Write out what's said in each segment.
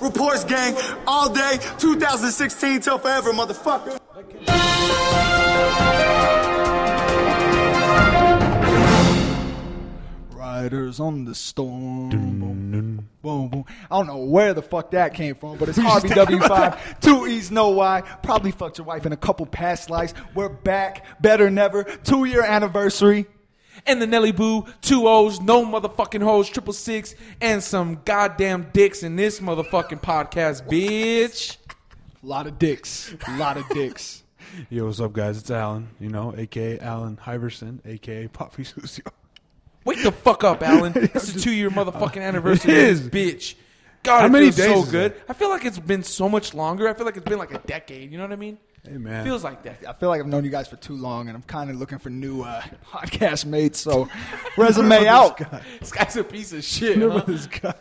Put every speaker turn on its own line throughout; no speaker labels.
Reports gang all day, 2016 till forever, motherfucker.
Riders on the storm. Boom, boom, boom. I don't know where the fuck that came from, but it's RBW5, two E's, no Y. Probably fucked your wife in a couple past lives. We're back, better never. Two year anniversary.
and the Nelly Boo, two O's, no motherfucking hoes, triple six, and some goddamn dicks in this motherfucking podcast, bitch.
A lot of dicks. A lot of dicks.
Yo, what's up, guys? It's Alan, you know, aka Alan Iverson, aka Poppy Sucio.
Wake the fuck up, Alan. It's a two year motherfucking anniversary,
It
of
is.
this bitch. God,
How
it
many
feels
days
so
is
good.
it?
I feel like it's been so much longer. I feel like it's been like a decade. You know what I mean?
Hey, man.
Feels like that.
I feel like I've known you guys for too long, and I'm kind of looking for new uh, podcast mates. So, resume out.
This guy's a piece of shit.
Remember
huh?
this guy?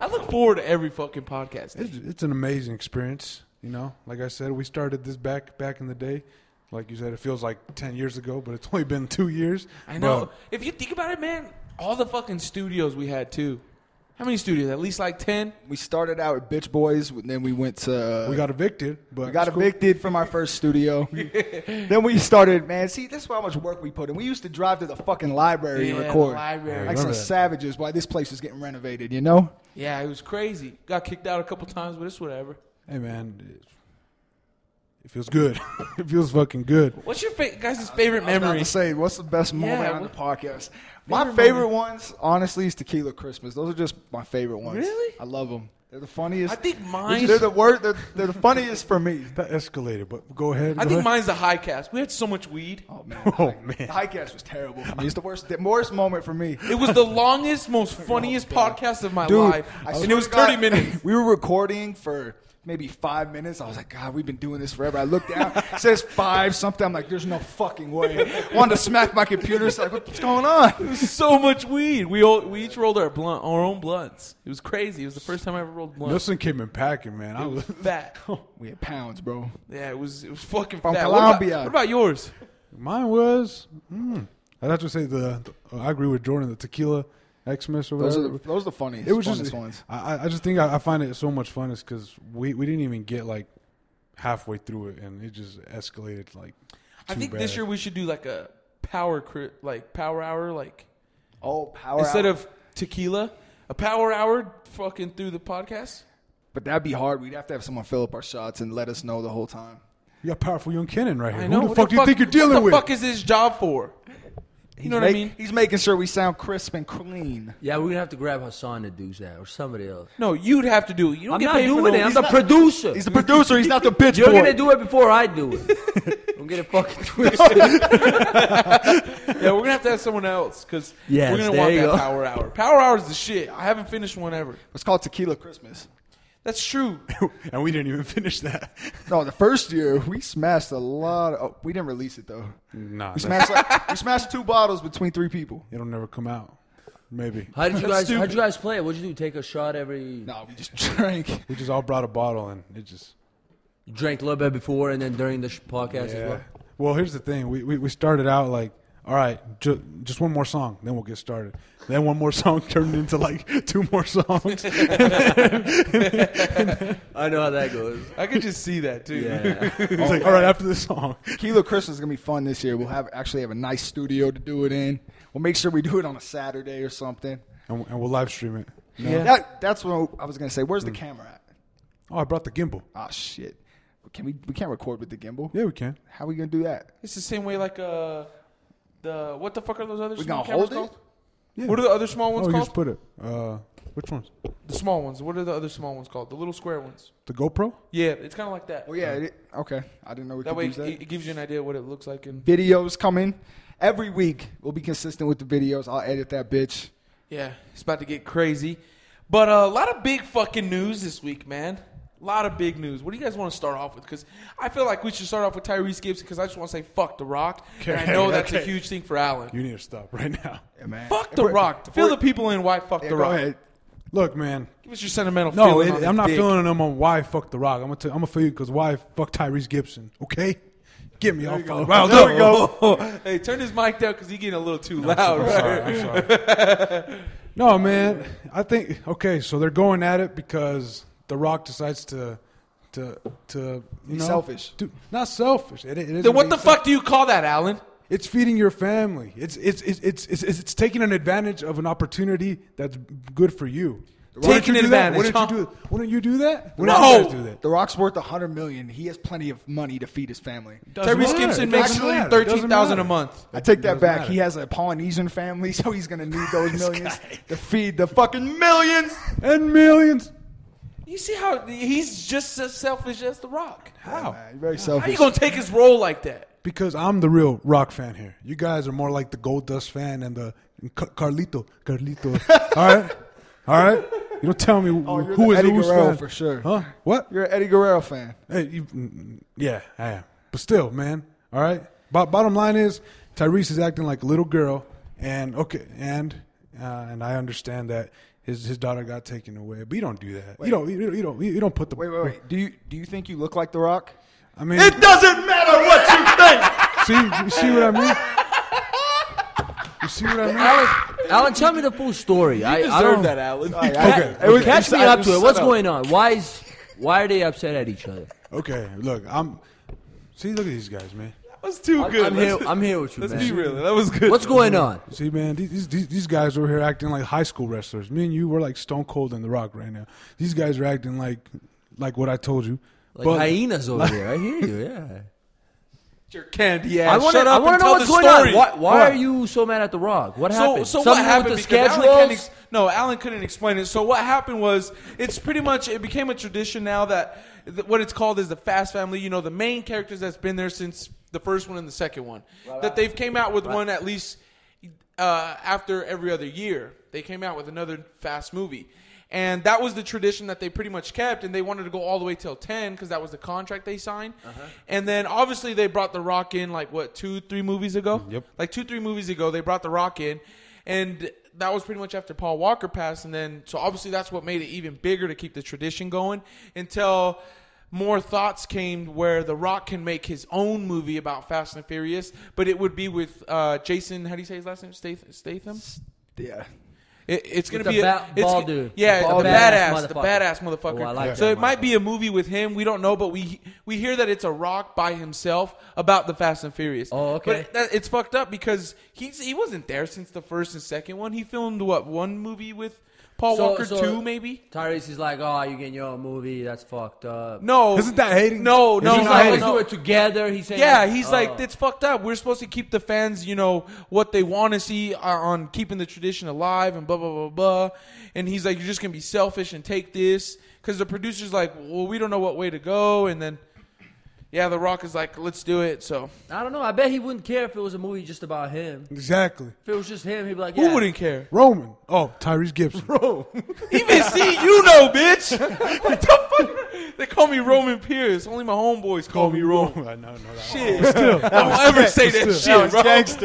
I look forward to every fucking podcast.
It's, it's an amazing experience, you know. Like I said, we started this back back in the day. Like you said, it feels like ten years ago, but it's only been two years.
I know. If you think about it, man, all the fucking studios we had too. How many studios? At least like ten.
We started out with Bitch Boys, and then we went to.
But we got evicted, but
We got
it's cool.
evicted from our first studio. then we started, man. See, this is how much work we put in. We used to drive to the fucking library
Yeah,
and
the
record.
library.
Like
Remember
some
that.
savages while this place was getting renovated, you know?
Yeah, it was crazy. Got kicked out a couple times, but it's whatever.
Hey, man, it, it feels good. it feels fucking good.
What's your fa- guys' favorite
I was about
memory?
to say, what's the best moment
Yeah,
on the
what-
podcast? My
Favorite
favorite ones, honestly, is Tequila Christmas. Those are just my favorite ones.
Really?
I love them. They're the funniest.
I think mine-
They're the worst. They're, they're the funniest for me.
That escalated, but go ahead.
I
go
think
ahead.
mine's the high cast. We had so much weed.
Oh man,
Oh,
the
man.
high cast was terrible for me. It's the worst, the worst moment for me.
It was the longest, most funniest podcast of my
Oh, Dude,
life,
I
and
swear
it was
to God,
thirty minutes.
We were recording for maybe five minutes. I was like, God, we've been doing this forever. I looked down, it says five something. I'm like, there's no fucking way. Wanted to smack my computer. It's like, what's going on?
so much weed. We all, we each rolled our blunt, our own blunts. It was crazy. It was the first time I ever rolled blunt.
Nelson came in packing, man. I was
fat.
We had pounds, bro.
Yeah, it was. It was fucking
From
fat. What about-
Colombia.
What about, yours?
Mine was. Mm, I'd have to say the. the- I agree with Jordan. The tequila Xmas or whatever.
Those are the, those are the funniest.
it was
funnest
just.
ones.
I, I- I just think I, I find it so much fun is because we we didn't even get like halfway through it and it just escalated like.
I
too
think this
bad.
year we should do like a power cri- like power hour, like
Oh, power
instead
hour.
of tequila, a power hour fucking through the podcast.
But that'd be hard. We'd have to have someone fill up our shots and let us know the whole time.
you got powerful young Kenan right here.
I know.
Who the
What
fuck do you think you're
what
dealing
the
with?
fuck is his job for? You
He's
know what I
make-
mean?
He's making sure we sound crisp and clean.
Yeah, we're gonna have to grab Hassan to do that or somebody else.
No, you'd have to do it. You don't
I'm
get
not
paid for
doing
no
it. I'm
reason.
the producer.
He's the producer. He's not the bitch
You're
boy.
gonna do it before I do it. Don't get it fucking twisted.
Yeah, we're gonna have to have someone else because
Yes,
we're gonna
there
want
you
that
go.
power hour. Power hour is the shit. I haven't finished one ever.
it's called Tequila Christmas.
That's true.
and we didn't even finish that.
No, the first year we smashed a lot. Of, oh, we didn't release it though.
nah,
We
that,
smashed like, we smashed two bottles between three people.
it'll never come out. Maybe
How did you guys? How
stupid.
would you guys play it? What'd you do? Take a shot every?
No, we just drank.
we just all brought a bottle and it just.
You drank a little bit before and then during the sh- podcast as well.
Well, here's the thing. We, we, we started out like, all right, ju- just one more song, then we'll get started. Then one more song turned into like two more songs.
I know how that goes.
I could just see that too.
Yeah.
It's like, all right, after this song.
Tequila Christmas is gonna be fun this year. We'll have actually have a nice studio to do it in. We'll make sure we do it on a Saturday or something.
And, and we'll live stream it.
That, that's what I was gonna say. Where's the camera at?
Oh, I brought the gimbal.
Ah, shit. Can we? We can't record with the gimbal.
Yeah, we can.
How we gonna do that?
It's the same way like uh the what the fuck are those other
We
small
gonna
cameras
hold it?
called?
Yeah.
What are the other small
Oh,
ones
you
called?
just put it. Uh, which ones?
the small ones. What are the other small ones called? The little square ones.
The GoPro?
Yeah, it's kind of like that.
Oh yeah. It, okay. I didn't know we
That
could
way,
use that.
it, it gives you an idea of what it looks like. And
videos coming every week. We'll be consistent with the videos. I'll edit that bitch.
yeah, it's about to get crazy. But uh, a lot of big fucking news this week, man. A lot of big news. What do you guys want to start off with? Because I feel like we should start off with Tyrese Gibbs because I just want to say fuck The Rock. and I
Okay,
know that's a
okay.
huge thing for Allen.
You need to stop right now.
Yeah, man.
fuck
If
The
we're-
Rock.
if
Fill
we're-
the people in why fuck
Yeah,
The
go
Rock.
ahead.
Look, man.
Give us your sentimental
No,
feeling.
it,
on this
I'm not
dick.
feeling them on why fuck The Rock. I'm going to I'm gonna feel you because why fuck Tyrese Gibson, okay? Get me all fucking riled
There
up.
we go. hey, turn his mic down because he getting a little too loud.
I'm
right?
sorry, I'm sorry. no, man. I think okay. So they're going at it because The Rock decides to to to you
Be
know,
selfish.
to- not selfish. It, it is
Then what the fuck do you call that, Alan?
It's feeding your family. It's it's it's it's it's, it's, it's taking an advantage of an opportunity that's good for you.
Taking
you do that?
advantage,
Why don't you
huh?
do that? Why don't you do that? Why
No.
don't you guys do that?
The Rock's worth 100 million. He has plenty of money to feed his family.
Doesn't
Tyrese
matter.
Gibson
It
makes
doesn't matter. It doesn't
thirteen thousand a
matter.
month.
I take that
Doesn't
back.
matter.
He has a Polynesian family, so he's gonna need those millions to feed the fucking millions.
And millions.
You see how he's just as selfish as The Rock.
How?
Nah, you're very
How you
selfish.
gonna take his role like that?
Because I'm the real rock fan here. You guys are more like the Gold Dust fan and the and Ca- Carlito. Carlito. All right. All right. You don't tell me who
Oh, you're
is
the Eddie
who's
Guerrero
fan.
for sure.
Huh? What?
You're an Eddie Guerrero fan.
Hey, you, mm, yeah, I am. But still, man. All right. Bo- bottom line is Tyrese is acting like a little girl, and okay, and uh, and I understand that his his daughter got taken away, but you don't do that. You don't. You don't. You don't, you don't put the.
Wait, wait, wait. Do you do you think you look like The Rock?
I mean,
It doesn't matter what you think.
see, you see what I mean? You see what I mean?
Alan, tell me the full story. I, I don't
Alan.
Okay.
It was-
Catch me
I
up
was
to it.
set
What's
up.
going on? Why is why are they upset at each other?
Okay, look, I'm. See, look at these guys, man.
That was too good.
I'm
Let's-
here. I'm here with you,
Let's
man.
be real. That was good.
What's going on?
See, man, these, these these guys over here acting like high school wrestlers. Me and you were like Stone Cold and The Rock right now. These guys are acting like like what I told you.
Like hyenas over there. I hear you. Yeah.
your candy ass?
I want to.
Shut up
I want
and
to know
tell
what's
the
going
story.
on. Why, why
What?
are you so mad at The Rock? What
So,
happened?
so what
Something
happened?
with the
because Alan can't
schedules.
ex- no, Alan couldn't explain it. So what happened was it's pretty much it became a tradition now that th- what it's called is the Fast Family. You know, the main characters that's been there since the first one and the second one. that they've came out with one at least uh, after every other year. They came out with another Fast movie. And that was the tradition that they pretty much kept, and they wanted to go all the way till ten because that was the contract they signed. And then obviously they brought The Rock in like what two, three movies ago? Yep. Like two, three movies ago, they brought The Rock in, and that was pretty much after Paul Walker passed. And then so obviously that's what made it even bigger to keep the tradition going until more thoughts came where The Rock can make his own movie about Fast and Furious, but it would be with uh, Jason. How do you say his last name? Statham. Statham?
Yeah.
It, it's gonna
With
be
the
a
ba-
it's,
ball dude.
Yeah,
The ball
the
badass
badass, the
motherfucker.
badass motherfucker.
Oh, I like
so
that
it might be a movie with him. We don't know, but we we hear that it's a rock by himself about the Fast and Furious.
Oh, okay.
But it- that, it's fucked up because he's he wasn't there since the first and second one. He filmed what one movie with Paul
So-
Walker,
so-
two maybe.
Tyrese is like, oh, you getting your own movie? That's fucked up.
No,
Isn't that hating?
No, no,
he's
no,
like,
no,
let's do it together. He's saying,
Yeah, he's like,
oh.
it's fucked up. We're supposed to keep the fans, you know, what they want to see uh, on keeping the tradition alive and blah, blah, blah, blah. And he's like, you're just going to be selfish and take this. Because the producer's like, well, we don't know what way to go. And then, yeah, The Rock is like, let's do it. So,
I don't know. I bet he wouldn't care if it was a movie just about him.
Exactly.
If it was just him, he'd be like,
who
yeah.
wouldn't care?
Roman. Oh, Tyrese Gibson.
Even see, you know, bitch. what the fuck? They call me Roman Pierce. Only my homeboys call me Roman.
I know, know that.
Shit. Don't ever say that shit,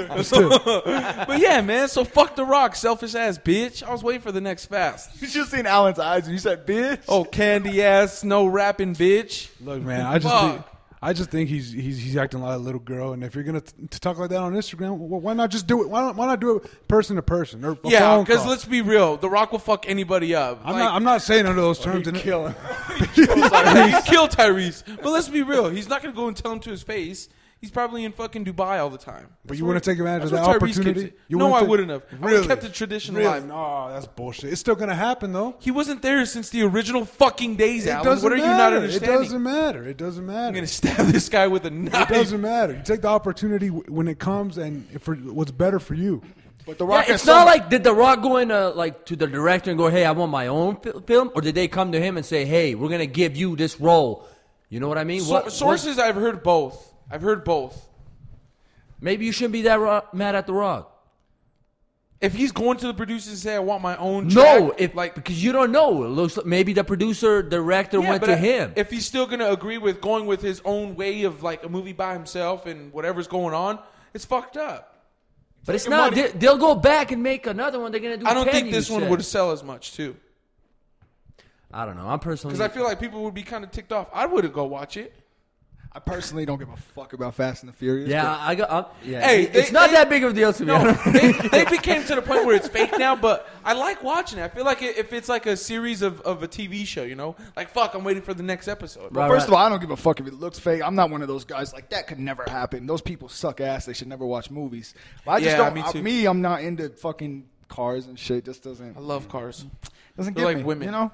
bro. but yeah, man. So fuck the rock, selfish ass bitch. I was waiting for the next fast.
You should have seen Alan's eyes when you said bitch.
Oh, candy ass, no rapping bitch.
Look, man, I just
Fuck.
think, I just think he's he's he's acting like a little girl, and if you're gonna t- to talk like that on Instagram, wh- why not just do it? Why not, why not do it person to person or a
Yeah,
phone
because
call?
let's be real, The Rock will fuck anybody up.
I'm not I'm not saying under those terms. and-
killing.
Tyrese. kill Tyrese. But let's be real, he's not gonna go and tell him to his face. He's probably in fucking Dubai all the time.
But you wouldn't take advantage of
that's where
that
Tyrese keeps
opportunity.
it.
You
No,
wouldn't
I
take-
wouldn't have. I would've
Really?
kept the tradition
really?
alive.
No, that's bullshit. It's still gonna happen though.
He wasn't there since the original fucking days,
It
Alan.
doesn't
What are you not
matter.
understanding?
It doesn't matter. It doesn't
I'm
matter.
gonna stab this guy with a
It
knife.
doesn't matter. You take the opportunity w- when it comes, and for what's better for you.
But The
Yeah,
Rock
it's not like did The Rock go in uh, like to the director and go, "Hey, I want my own fil- film," or did they come to him and say, "Hey, we're gonna give you this role"? You know what I mean?
So-
What- what-
sources, I've heard both. I've heard both.
maybe you shouldn't be that ro- mad at The Rock.
If he's going to the producers and say, "I want my own,"
No,
track,"
if
like
like because you don't know. It looks like maybe the producer director
Yeah,
went
but
to
I-
him.
If he's still gonna agree with going with his own way of like a movie by himself and whatever's going on, it's fucked up.
but it's
your
not.
money-
They, they'll go back and make another one. They're gonna do.
I don't
10,
think
you
this one
said.
would sell as much too,
I don't know. I'm personally.
because I feel like people would be kind of ticked off. I wouldn't go watch it.
I personally don't give a fuck about Fast and the Furious.
Yeah, I got. I'm, yeah,
Hey,
it's
they-
not
they-
that big of a deal to me. I
No,
don't-
they, they became to the point where it's fake now, but I like watching it. I feel like if it's like a series of, of a TV show, you know? Like, fuck, I'm waiting for the next episode.
Right,
First
right.
of all, I don't give a fuck if it looks fake. I'm not one of those guys like that could never happen. Those people suck ass. They should never watch movies. But I just
Yeah,
don't.
me
Me,
too.
me, I'm not into fucking cars and shit. Just doesn't
I love cars.
doesn't
they're
get
like
me,
women.
You know,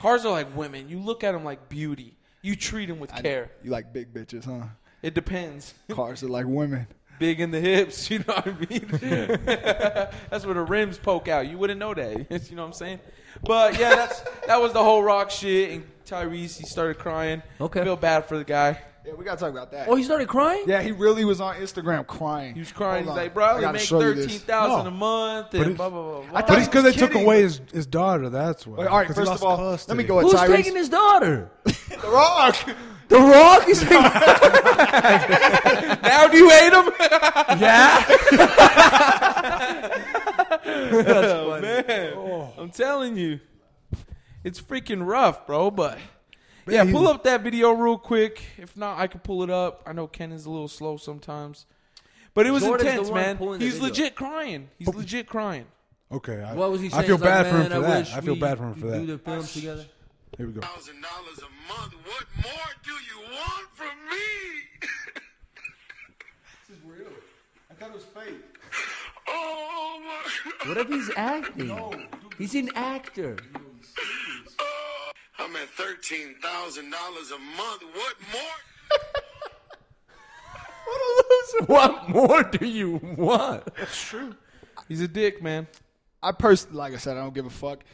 Cars are like women. You look at them like beauty. You treat them with care.
you like big bitches, huh?
It depends.
Cars are like women.
Big in the hips, you know what I mean? that's where the rims poke out. You wouldn't know that. you know what I'm saying? But yeah, that's that was the whole rock shit and Tyrese, he started crying.
Okay.
Feel bad for the guy.
Yeah, we gotta talk about that.
oh, he started crying.
yeah, he really was on Instagram crying.
He was crying.
Hold
He's
on.
like, bro, I only
gotta
make
show you this.
thirteen thousand a
No.
month
But
and
it-
blah blah
I
blah. blah.
thought
But it's because they took
kidding.
away his, his daughter. That's why.
Wait, all right,
'Cause he
first
lost
of all, let
custody.
me go at
Who's
Tyrese.
taking his daughter?
the rock.
The Rock is taking.
now do you hate him?
yeah.
Oh, Man,
Oh.
I'm telling you, it's freaking rough, bro. But yeah,
he-
pull up that video real quick. If not, I can pull it up. I know Ken is a little slow sometimes, but it was
Jordan's the
intense,
one
man.
pulling the
He's
video.
legit crying. He's legit crying.
Okay. I,
What was he saying?
I feel
He's like,
bad for him
"Man,
for
I
that.
wish
I feel
we
bad for him for
could Do
that.
the film together.
Here we go.
thousand dollars a month. What more do you want from me?
This is real. I thought it was fake.
oh my!
What if he's acting? He's an actor.
I'm at thirteen thousand dollars a month. What more?
What more do you want?
He's a dick, man.
I personally, like I said, I don't give a fuck.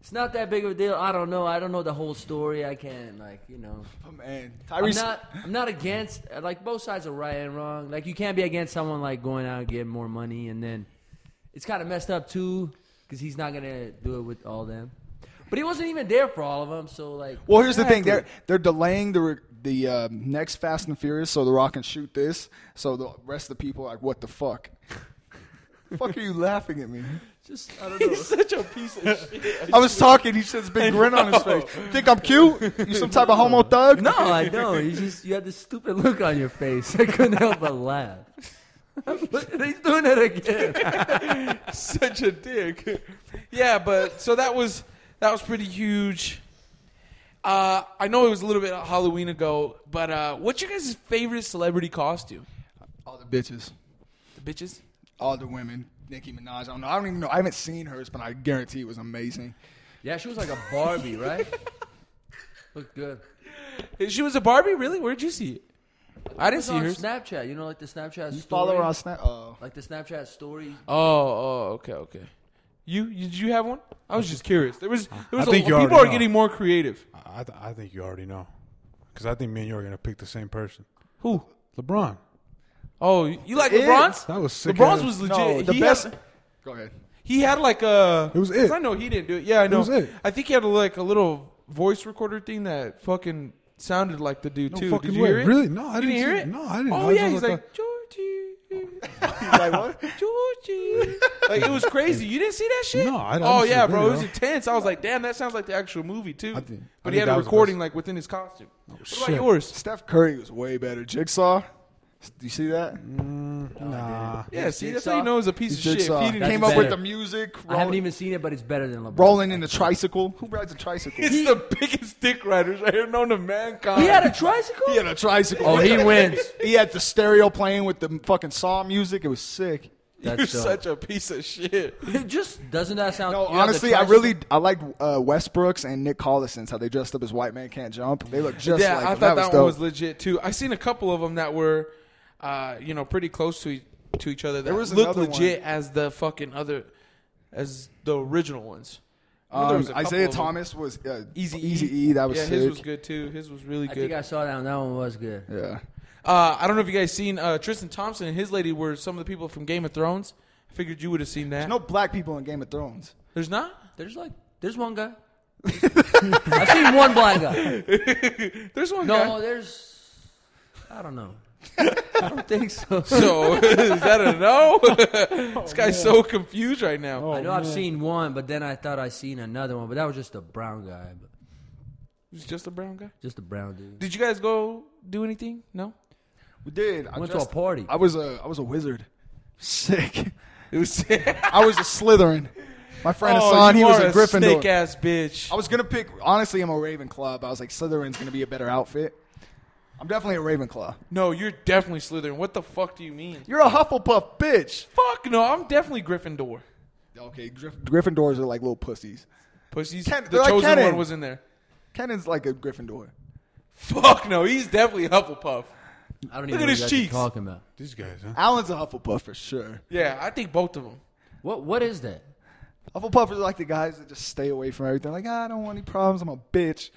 It's not that big of a deal. I don't know. I don't know the whole story. I can't like you know.
But man,
I'm
Tyrese.
not. I'm not against. Like both sides are right and wrong. Like you can't be against someone like going out and getting more money, and then it's kind of messed up too because he's not gonna do it with all them. But he wasn't even there for all of them. So like,
Well, here's the thing. They're
Exactly.
they're delaying the re- the um, next Fast and Furious so The Rock can shoot this. So the rest of the people are like, what the fuck? fuck are you laughing at me?
just I don't know.
He's such a piece of shit.
I was talking. He said this big grin on his face. Think I'm cute? You some type of homo thug?
No, I don't. You just you had this stupid look on your face. I couldn't help but laugh. He's doing it again.
such a dick. yeah, but so that was that was pretty huge. Uh, I know it was a little bit of Halloween ago, but uh, what's your guys' favorite celebrity costume?
All the bitches.
The bitches.
All the women. Nicki Minaj. I don't know. I don't even know. I haven't seen hers, but I guarantee it was amazing.
Yeah, she was like a Barbie, right? Looked good.
She was a Barbie, really? Where'd you see it? I didn't
It's
see
on
her.
Snapchat. You know, like the Snapchat story.
Follow her on Snap. Oh.
Like the Snapchat story.
oh, oh, okay, okay. You, you did you have one? I was just curious. There was there was a,
think you
people
already
are
know.
getting more creative.
I, th- I think you already know. Because I think me and you are going to pick the same person.
Who?
LeBron.
Oh, you you like
It.
LeBron's?
That was sick
LeBron's
ass-
was legit.
No, the
he
best.
Had,
Go ahead.
he had like a.
It was it.
'cause I know he didn't do it. Yeah, I know.
was it.
I think he had like a little voice recorder thing that fucking sounded like the dude
No
too.
fucking
did you
way.
hear it?
Really? No, I
You
didn't
hear
see-
it.
no, I didn't.
Oh
I was
yeah,
just
he's
like, uh,
like Georgie.
Like, what?
Georgie. like it was crazy. You didn't see that shit?
No, I- I
Oh
didn't see
yeah,
the
bro, it was
video.
intense. I was like, damn, that sounds like the actual movie too.
I think- I
but
think
he had a
that was the
recording
best.
like within his costume. what about
shit.
yours?
Steph Curry was way better. Jigsaw. Do you see that?
Nah.
Yeah, see, that's how
Jigsaw?
you know it's a piece of shit. If
Jigsaw.
he didn't-
That's
Came up with
better.
the music.
I haven't
rolling-
even seen it, but it's better than LeBron.
rolling in the tricycle. Who rides a tricycle?
It's the biggest dick riders I ever known to mankind.
He had a tricycle.
he had a tricycle.
oh, he wins.
He had the stereo playing with the fucking saw music. It was sick.
That's
You're
dope.
such a piece of shit.
It just doesn't that sound?
No,
you have the
honestly, I
tricycle?
really I liked uh, Westbrooks and Nick Collison's how they dressed up as white man can't jump. They look just
yeah,
like
I
him.
thought that,
that was
one
dope.
was legit too. I seen a couple of them that were, uh, you know, pretty close to e- to each other. That
was
looked
another
legit as the fucking other, as the original ones. I know there
Um,
was a couple
Isaiah
of 'em.
Thomas was uh,
Easy E.
Easy E. That was
yeah,
sick.
his was good too. His was really
I
good.
think I saw that one. That one was good.
Yeah,
uh, I don't know if you guys seen uh, Tristan Thompson and his lady were some of the people from Game of Thrones. I figured you would have seen that.
no black people in Game of Thrones.
There's not.
There's like there's one guy. I've seen one black guy.
There's one
No,
guy.
there's I don't know. I don't think so.
So is that a no?
Oh,
this guy's so confused right now.
I know I've seen one, but then I thought I seen another one, but that was just a brown guy. But
was just a brown guy.
Just a brown dude.
Did you guys go do anything? No.
We did. I
Went to a party.
I was a I was a wizard. Sick.
It was.
I was a Slytherin. My friend
Oh,
Hassan,
you
he was
are
a Gryffindor.
Snake ass bitch.
I was gonna pick. Honestly, I'm a Ravenclaw. But I was like, Slytherin's gonna be a better outfit. I'm definitely a Ravenclaw.
No, you're definitely Slytherin. What the fuck do you mean?
You're a Hufflepuff, bitch.
Fuck no, I'm definitely Gryffindor.
Okay, Gryff- Gryffindors are like little pussies.
Pussy's
Ken-
the
they're like
chosen
Kenan.
one was in there.
Kennan's like a Gryffindor.
Fuck no, he's definitely Hufflepuff.
I don't
Look
even
at
know
his
what you guys
cheeks.
are talking about.
These guys, huh?
Alan's a Hufflepuff for sure.
Yeah, I think both of them.
What what is that?
Hufflepuff are like the guys that just stay away from everything. Like, "Ah, I don't want any problems. I'm a bitch.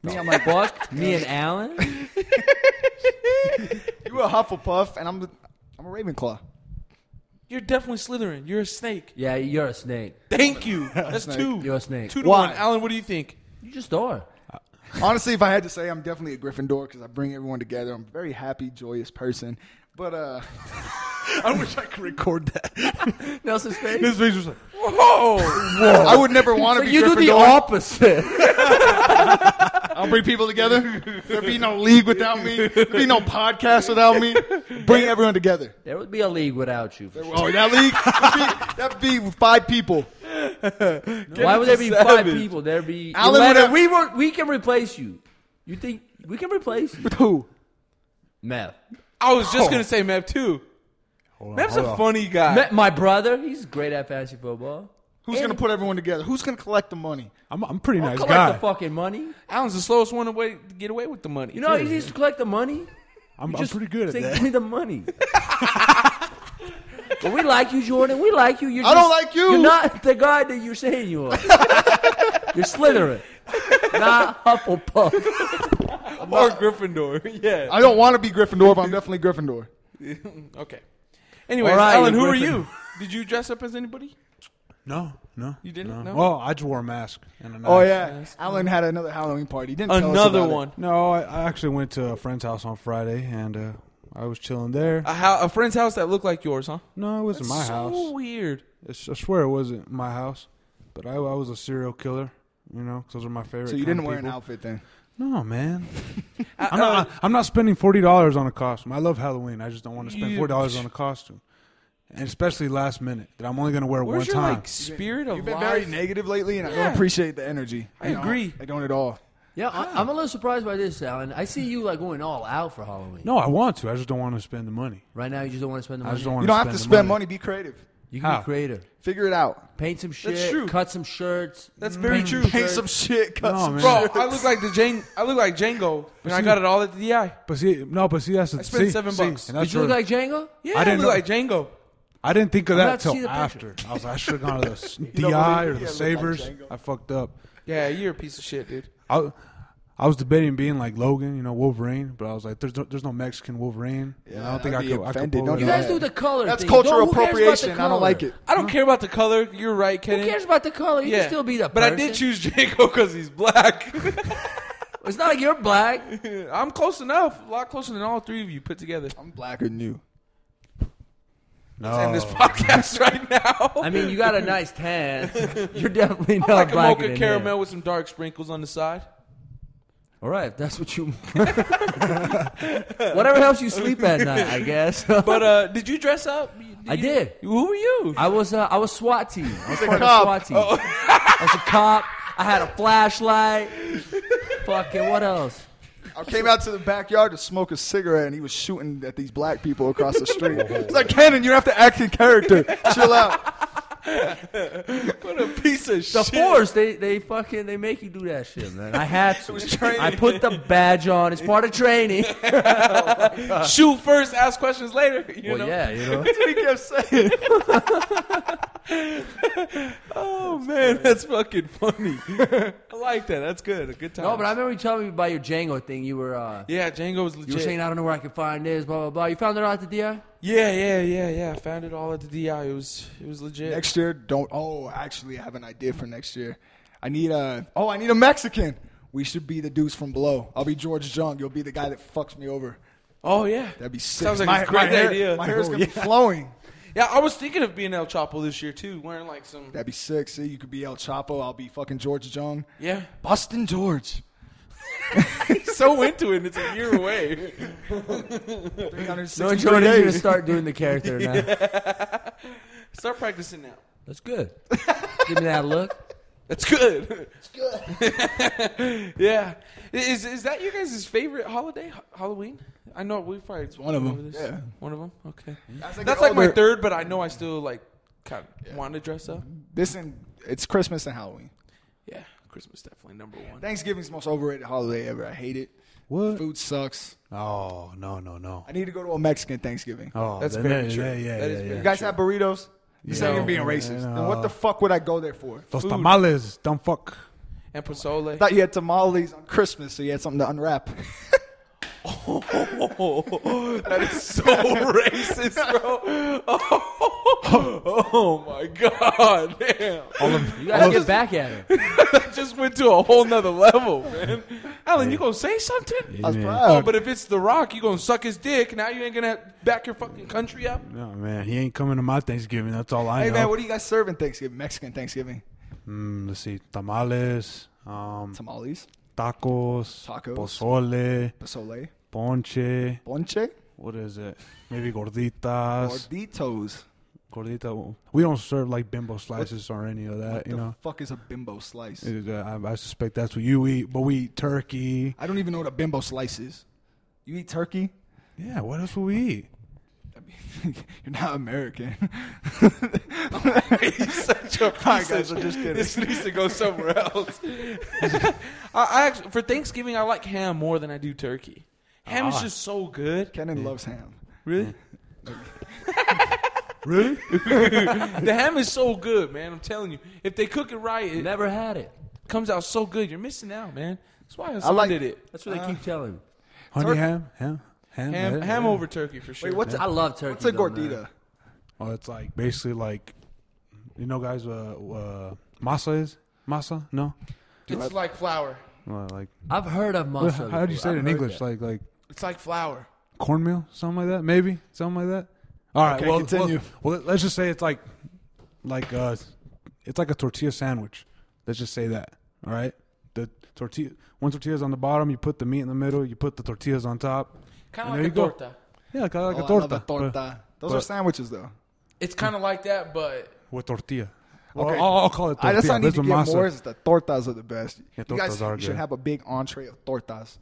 Me, I'm like,
Fuck me and Alan.
you a Hufflepuff, and I'm I'm a Ravenclaw.
You're definitely Slytherin. You're a snake.
Yeah, you're a snake.
Thank you. That's
Snake.
two.
You're a snake.
Two to
Why?
one. Alan, what do you think?
You just are.
Honestly, if I had to say, I'm definitely a Gryffindor because I bring everyone together. I'm a very happy, joyous person. But uh,
I wish I could record that.
Nelson's face.
His face was like,
Whoa.
I would never want
So
to be
you do the
Gryffindor.
opposite.
I'll bring people together. There'd be no league without me. There'd be no podcast without me. Bring everyone together.
there would be a league without you. For sure.
Oh, that league? That'd be, that'd be five people.
Why would there be five
Savage.
people? There be
Alan
Alan.
would have-
we were, we can replace you. You think we can replace you?
With who?
Meth.
I was just gonna say Mep too. Mep's a funny guy.
Me- my brother. He's great at fantasy football.
Who's going to put everyone together? Who's going to collect the money?
I'm, I'm a pretty nice
collect
guy.
the fucking money.
Alan's the slowest one away to get away with the money.
You know how easy it is to collect the money?
I'm, I'm
Just
pretty good at
say,
that.
Give me the money. but we like you, Jordan. We like you. You're
I
just-
don't like you.
You're not the guy that you're saying you are. you're Slytherin, not Hufflepuff.
or Gryffindor. yeah.
I don't want to be Gryffindor, but I'm definitely Gryffindor.
okay. Anyways,
All right,
Alan, who
you're
are
Gryffindor.
you? Did you dress up as anybody?
No, no.
You didn't?
No.
No?
Well, I just wore a mask. And a knife.
Oh, yeah. Alan had another Halloween party. Didn't tell us
Another
about it.
one.
No, I, I actually went to a friend's house on Friday and uh, I was chilling there.
A, ho- a friend's house that looked like yours, huh?
no, it wasn't my
so
house.
weird.
It's, I swear it wasn't my house. But I, I was a serial killer, you know, 'cause those are my favorite.
So you
kind
didn't
of
wear an
people.
outfit then?
No, man.
I-
I'm
I-
not. I'm not spending forty dollars on a costume. I love Halloween. I just don't want to spend
You-
forty dollars on a costume, and especially last minute that I'm only going to wear
Where's
one
your
time.
like spirit of
You've been
life?
very negative lately, and I
Yeah.
don't appreciate the energy.
I agree.
I don't at all.
Yeah, I, I'm a little surprised by this, Alan. I see you like going all out for Halloween.
no, I want to. I just don't want to spend the money.
Right now, you just don't want to spend the
I
money.
just don't want.
You don't have to
the
spend money. Be creative.
you can
How?
be creative.
Figure it out.
Paint some shit.
true.
Cut some shirts.
That's very
paint
true.
some
Paint
shirts.
Mm. some shit. Cut
No,
some
man.
Bro, I look like the Jane. I look like Django, and I got it all at the DI.
But see, no, but see, that's the I
spent
see,
seven
see,
bucks.
and
Did
that's
you look
where-
like Django?
Yeah,
I
I
didn't
didn't
know-
look like Django.
I didn't think of
glad
that
to see
till
the picture.
after. I was. I should have gone to the s-
know,
DI
believe-
or
yeah,
the
look like
Savers.
Django.
I fucked up.
Yeah, you're a piece of shit, dude.
I, I was debating being like Logan, you know, Wolverine, but I was like, there's no, there's no Mexican Wolverine. and I
Yeah,
don't think
I'd
I
be
could. I could
offended,
pull
don't
it
You
Yeah.
off.
guys do the color.
That's
thing.
cultural
Don't- who cares about the
appropriation. I don't
color?
like it.
I don't care about the color. You're right, Kenny.
Who cares about the color? You
yeah,
can still be that.
But I
person.
did choose Django because he's black.
It's not like you're black.
I'm close enough. A lot closer than all three of you put together.
I'm blacker than you.
I'm in this podcast right now.
Oh. I mean, you got a nice tan. You're definitely not
I'm like a
black.
mocha caramel with some dark sprinkles on the side.
All right, if that's what you. Whatever helps you sleep at night, I guess.
But uh, did you dress up? Did
I
you-
did.
Who were you?
I was uh, I was SWAT team. I was
a
part
cop.
of SWAT team.
Oh.
I was a cop. I had a flashlight. Fucking what else?
I came out to the backyard to smoke a cigarette, and he was shooting at these black people across the street. He's like, Cannon, you have to act in character. Chill out.
what a piece of
The
shit.
force they they fucking they make you do that shit, man. I had to.
was training.
I put the badge on. It's part of training.
Shoot first, ask questions later. You
well,
know?
yeah, you know.
That's what he kept saying.
Oh man, that's fucking funny. I like that. That's good. A good time.
No, but I remember you telling me about your Django thing. You were uh,
Yeah, Django was legit.
you were saying I don't know where I can find this, blah blah blah. You found it out at the DI.
yeah, yeah, yeah, yeah. I found it all at the DI. It was it was legit.
Next year, don't. Oh, actually, I have an idea for next year. I need a. Oh, I need a Mexican. We should be the dudes from below. I'll be George Jung. You'll be the guy that fucks me over.
oh yeah,
That'd be sick.
Sounds like
my,
a great
my hair-
idea.
My hair's gonna be flowing.
yeah, I was thinking of being El Chapo this year too, wearing like some.
That'd be sick. See, you could be El Chapo. I'll be fucking George Jung.
Yeah,
Boston George.
He's so into it, and it's a year away.
No, Jordan's gonna start doing the character now.
Start practicing now.
That's good. Give me that look.
That's good. That's good. yeah. Is is that your guys' favorite holiday? H- Halloween? I know we probably it's
one of them, yeah.
One of them. Okay.
As I get
That's like my
older-
third, but I know I still like kind of want to dress up.
This and it's Christmas and Halloween.
Yeah, Christmas definitely number one.
Thanksgiving's the most overrated holiday ever. I hate it.
What?
Food sucks.
Oh no no no.
I need to go to a Mexican Thanksgiving.
Oh,
That's
then-
very
yeah,
true.
Yeah yeah
That
yeah.
is
yeah.
very
you guys have burritos? You saying you're being
No.
racist.
No.
Then what the fuck would I go there for?
Those tamales, don't fuck.
And pozole.
I thought you had tamales on Christmas, so you had something to unwrap.
Oh, that is so racist, bro. Oh, oh my god, damn!
You gotta get back at her.
That just went to a whole nother level, man. Alan, you gonna say something?
I was
Yeah.
Oh,
proud.
but if it's The Rock, you gonna suck his dick. Now you ain't gonna back your fucking country up.
No man, he ain't coming to my Thanksgiving. That's all I
hey
know.
man, what do you guys serving Thanksgiving? Mexican Thanksgiving
mm, let's see, tamales, um,
tamales,
tacos,
Tacos.
pozole,
pozole,
ponche.
ponche,
What is it? Maybe gorditas.
gorditos.
Gordita. We don't serve like bimbo slices or any of that. You
the
know.
fuck is a bimbo slice?
It is, uh, I, I suspect that's what you eat, but we eat turkey.
I don't even know what a bimbo slice is. You eat turkey?
Yeah, what else would we eat?
I mean, you're not American.
He's such
All
a piece
right,
of
guys, I'm just
shit.
kidding.
This needs to go somewhere else. I, I actually, for Thanksgiving, I like ham more than I do turkey. Ham is just so good.
Kenan loves ham.
Really?
Really?
the ham is so good, man. I'm telling you. If they cook it right, it
Never had it.
comes out so good. You're missing out, man. That's why I,
I like-
did it.
That's what they keep telling me.
Honey
Turkey.
ham, ham, ham,
Ham,
yeah,
ham
yeah.
over turkey for sure.
Wait, what's
I
a,
love turkey.
what's a
though, man.
gordita?
Oh, it's like basically like, you know, guys, uh, uh masa is masa? No,
It's like flour.
Well, like
I've heard of
how,
most of
how do you say it in English? Like like
It's like flour.
cornmeal, something like that, maybe something like that. All right,
Okay,
well,
continue.
well, well, let's just say it's like, like uh, it's like a tortilla sandwich. Let's just say that. All right, the tortilla, one tortilla's on the bottom. You put the meat in the middle. You put the tortillas on top.
Kind
And
of like
there
a
you go.
torta.
Yeah, kind of like
Oh, I
a
love
torta,
a torta.
but
Those are
but-
sandwiches, though.
It's kind of like that, but
with tortilla.
Okay.
Well, I'll, I'll call it tortilla.
I just I need
That's
to
what
get
masa-
more. Is the tortas are the best.
Yeah,
you guys
tortas are
should
good.
have a big entree of tortas.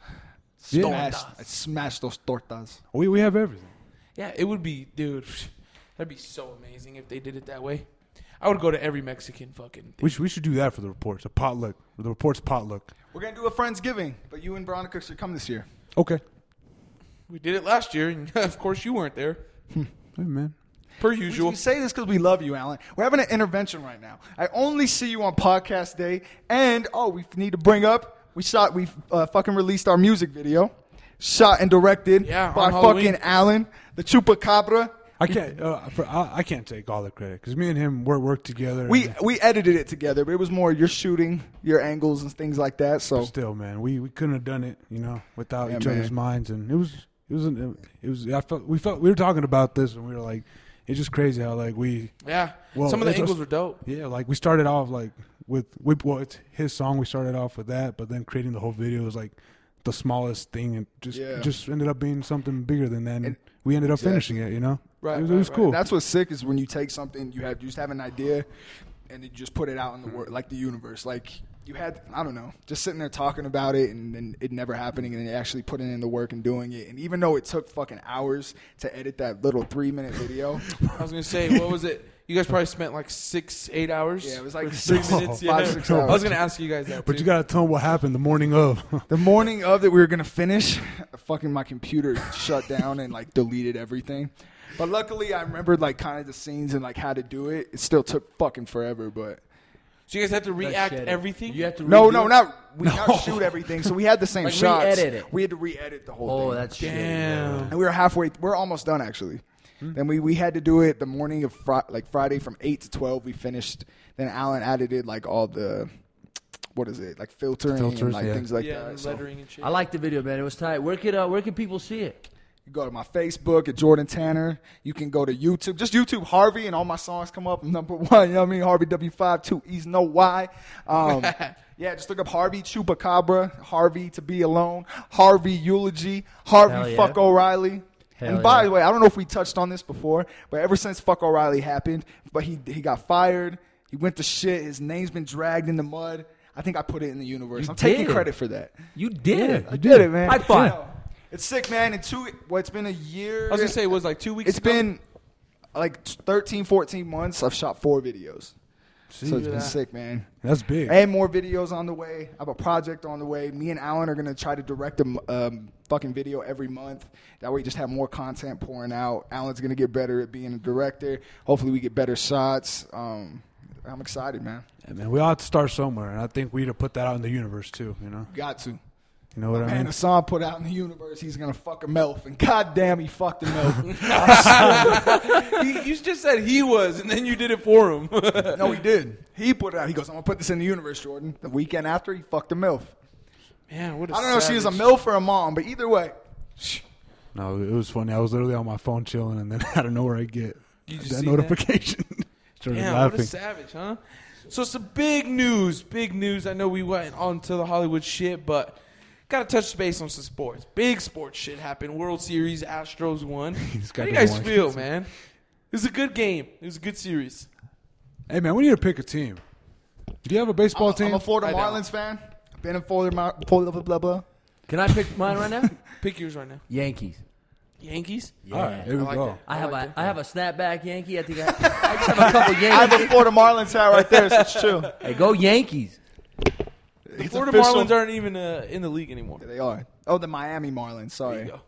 Yeah.
Smash, smash those tortas.
We we have everything.
Yeah, it would be, dude. That'd be so amazing if they did it that way. I would go to every Mexican fucking. Thing.
We should, we should do that for the reports. A potluck. The reports potluck.
We're gonna do a friendsgiving, but you and Veronica should come this year.
Okay.
We did it last year, and of course you weren't there,
Hey, man.
per
We,
usual.
we say this because we love you, Alan. We're having an intervention right now. I only see you on podcast day, and oh, we need to bring up we shot we uh, fucking released our music video, shot and directed
Yeah,
by
on Halloween.
fucking Alan, the Chupacabra.
I can't. Uh, for, I, I can't take all the credit because me and him were work together.
We
and
we edited it together, but it was more your shooting, your angles, and things like that. So
still, man, we, we couldn't have done it, you know, without
Yeah,
each other's
man.
minds. And it was it was an, it was. I felt we felt we were talking about this, and we were like, it's just crazy how like we
yeah,
Well,
some of the
it just-
angles were dope.
yeah like we started off like with we well it's his song. We started off with that, but then creating the whole video was like the smallest thing, and just
Yeah.
just ended up being something bigger than that. And, we ended up finishing it, you know.
Right,
It was,
right,
it was
right.
cool.
that's what's sick is when you take something you have, you just have an idea, and you just put it out in the world, like the universe. Like you had, I don't know, just sitting there talking about it and then it never happening, and then actually putting in the work and doing it. And even though it took fucking hours to edit that little three minute video,
I was gonna say, what was it? You guys probably spent like six, eight hours.
Yeah, it was like
Or
six- five, six
I was
hours.
gonna ask you guys that.
But
too.
you gotta tell them what happened the morning of.
the morning of that we were gonna finish, fucking my computer shut down and like deleted everything. But luckily, I remembered like kind of the scenes and like how to do it. It still took fucking forever, but
so you guys have to
That
react
shit.
everything.
You have to
No,
redo
no,
it?
not we not shoot everything. So we had the same
Like,
shots.
re-edit it.
We had to re-edit the whole
Oh,
thing.
that's shitty,
Damn.
and we were halfway. We're almost done actually. Then we, we had to do it the morning of Fri like Friday from eight to twelve. We finished. Then Alan edited like all the what is it like filtering
Filters,
and like
yeah.
things like
yeah,
that.
and
so-
lettering and shit.
I like the video, man. It was tight. Where could uh, where can people see it?
You go to my Facebook at Jordan Tanner. You can go to YouTube. Just YouTube Harvey, and all my songs come up. I'm number one. You know what I mean? Harvey W5, 2 E's No Y. Um, yeah, just look up Harvey Chupacabra, Harvey To Be Alone, Harvey Eulogy,
Hell
Harvey
yeah.
Fuck O'Reilly.
Hell
and by
yeah.
the way, I don't know if we touched on this before, but ever since Fuck O'Reilly happened, but he he got fired. He went to shit. His name's been dragged in the mud. I think I put it in the universe.
You
I'm taking
did.
credit for that.
You did.
I did it, man.
High five.
You know, It's sick, man. In two, well, it's been a year.
I was gonna say it was like two weeks.
it's
ago.
been like 13, 14 months. I've shot four videos. so it's
Jeez.
been sick, man.
That's big.
And more videos on the way. I have a project on the way. Me and Alan are gonna try to direct a m- um, fucking video every month. That way, we just have more content pouring out. Alan's gonna get better at being a director. Hopefully, we get better shots. Um, I'm excited, man.
Yeah, man, we all have to start somewhere, and I think we'd have put that out in the universe too. You know,
Got to.
you know what I
Man,
mean?
a song put out in the universe, he's gonna fuck a MILF, and goddamn, he fucked a MILF.
He, you just said he was, and then you did it for him.
no, he did. He put it out. He goes, I'm gonna put this in the universe, Jordan. The weekend after, he fucked a MILF.
Man, what a
I don't know if she was a
savage.
MILF or a mom, but either way,
No, it was funny. I was literally on my phone chilling, and then out of nowhere I get
You just
that
seen
notification. Started
Damn, what a
laughing.
savage, huh? So it's some big news, big news. I know we went on to the Hollywood shit, but gotta touch base on some sports. Big sports shit happened. World Series, Astros won. How
got
do you
the
guys
one.
feel, man? It was a good game. It was a good series.
Hey man, we need to pick a team. Do you have a baseball team?
I'm a Florida
I know.
Marlins fan. I've been a Florida Mar- Florida blah blah blah.
Can I pick mine right now?
Pick yours right now.
Yankees.
Yankees.
all right, here
I
we
like
go.
that.
I have
like
a I have a snapback Yankee. I think I, I just have a couple
I have
Yankees.
a Florida Marlins hat right there, so it's true.
Hey, go Yankees.
The Florida
official.
Marlins aren't even uh, in the league anymore.
They are. Oh, the Miami Marlins. Sorry.
There you go.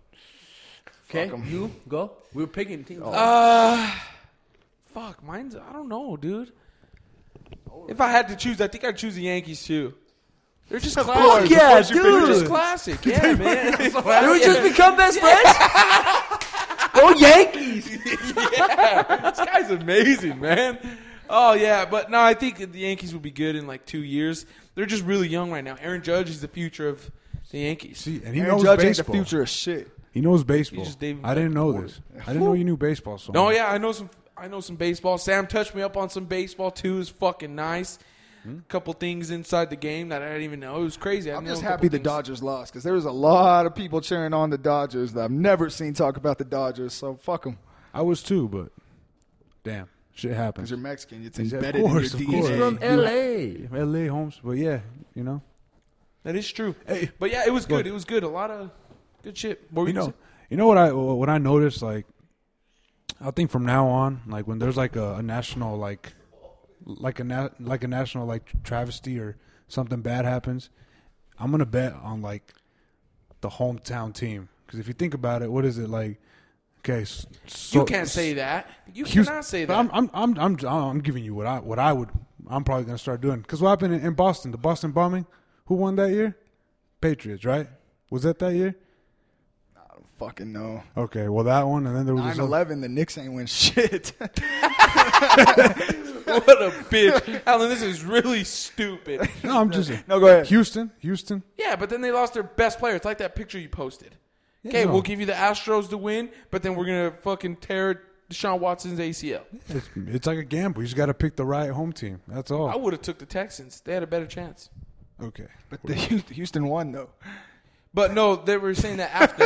Okay,
'em.
you go. We were picking teams.
Oh.
Uh, fuck, mine's I don't know, dude. If I had to choose, I think I'd choose the Yankees too. They're just classic.
course, of
yeah,
course you
They're just
dude.
classic. Yeah, man. It's
Did Uh, we
classic.
just become best friends? go Yankees.
Yeah, this guy's amazing, man. Oh yeah, but no, I think the Yankees will be good in like two years. They're just really young right now. Aaron Judge is the future of the Yankees.
See, and he
Aaron
knows
Judge ain't the
baseball.
future of shit.
He knows baseball.
just David
I didn't know this. I didn't know you knew baseball so
No,
much.
Oh, yeah, I know some. I know some baseball. Sam touched me up on some baseball too. Is fucking nice.
Hmm?
Couple things inside the game that I didn't even know. It was crazy. I
I'm
know
just
a couple
happy the
things.
Dodgers lost because there was a lot of people cheering on the Dodgers that I've never seen talk about the Dodgers. So fuck them.
I was too, but damn, shit
Because
happens.
you're Mexican, it's
Yeah, of
embedded
course, of
in your
course.
DNA.
From L.A.
L.A. Holmes, but yeah, you know,
That is true.
Hey.
but yeah, it was good. It was good. A lot of good shit. What were
you
you
know,
saying?
you know what I what I noticed like, I think from now on, like when there's like a, a national like, like a na- like a national like travesty or something bad happens, I'm gonna bet on like the hometown team because if you think about it, what is it like? Okay, s- so,
you can't say that. You
Houston-
cannot say
but
that.
I'm, I'm, I'm, I'm, I'm giving you what I, what I would. I'm probably gonna start doing because what happened in, in Boston, the Boston bombing. Who won that year? Patriots, right? Was that that year?
Fucking no.
Okay, well that one, and then there was
9
this other-
11, the Knicks ain't win shit.
what a bitch, Alan. This is really stupid.
No, I'm just
No, go ahead.
Houston, Houston.
Yeah, but then they lost their best player. It's like that picture you posted. Okay,
no.
we'll give you the Astros to win, but then we're gonna fucking tear Deshaun Watson's ACL.
It's, it's like a gamble. You just got to pick the right home team. That's
I
all.
would have took the Texans. They had a better chance.
Okay,
but the Houston Houston won, though.
But no, they were saying that after.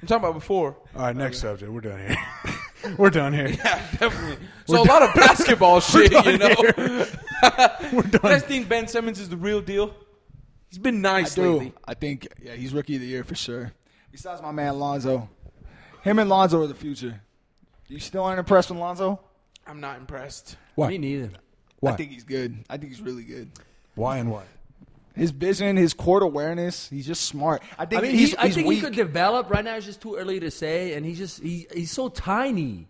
I'm talking about before.
all right. Next subject. We're done here. We're done here.
Yeah, definitely. So a lot of basketball shit, you know.
We're
You
done.
guys think Ben Simmons is the real deal? He's been nice lately.
I think, yeah, he's rookie of the year for sure. Besides my man Lonzo. Him and Lonzo are the future. You still aren't impressed with Lonzo?
I'm not impressed.
Me neither.
I
Why?
think he's good. I think he's really good.
Why and why?
His vision, his court awareness, he's just smart. I
I
think
mean,
he's,
he, I
he's
think
weak.
he could develop. Right now, it's just too early to say, and he's just he, he's so tiny.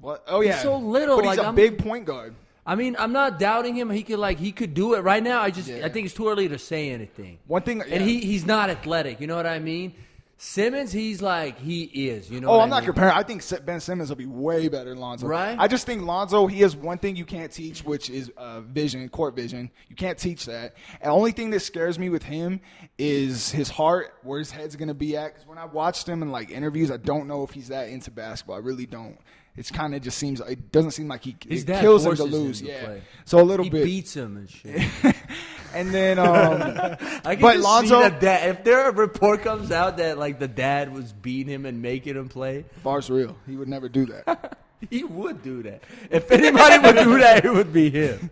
What? Oh yeah,
so little,
But he's
like,
a
I'm-
big point guard.
I mean, I'm not doubting him. He could like he could do it right now. I just
Yeah.
I think it's too early to say anything.
One thing,
And
yeah.
he he's not athletic. You know what I mean? Simmons, he's like he is. You know.
Oh,
what
I'm
I
not
mean?
comparing. I think Se- Ben Simmons will be way better than Lonzo.
Right?
I just think Lonzo, he has one thing you can't teach, which is uh, vision, court vision. You can't teach that. And the only thing that scares me with him is his heart, where his head's going to be at. Because when I watched him in like interviews, I don't know if he's that into basketball. I really don't. It's kind of just seems. It doesn't seem like he
His
it
dad
kills him to
forces him
lose.
to
yeah.
play.
So a little
He
bit.
beats him and shit.
and then, um,
I can
But
just
Lonzo-
see that dad, if there a report comes out that like the dad was beating him and making him play,
bar's real. He would never do that.
he would do that. If anybody would do that, it would be him.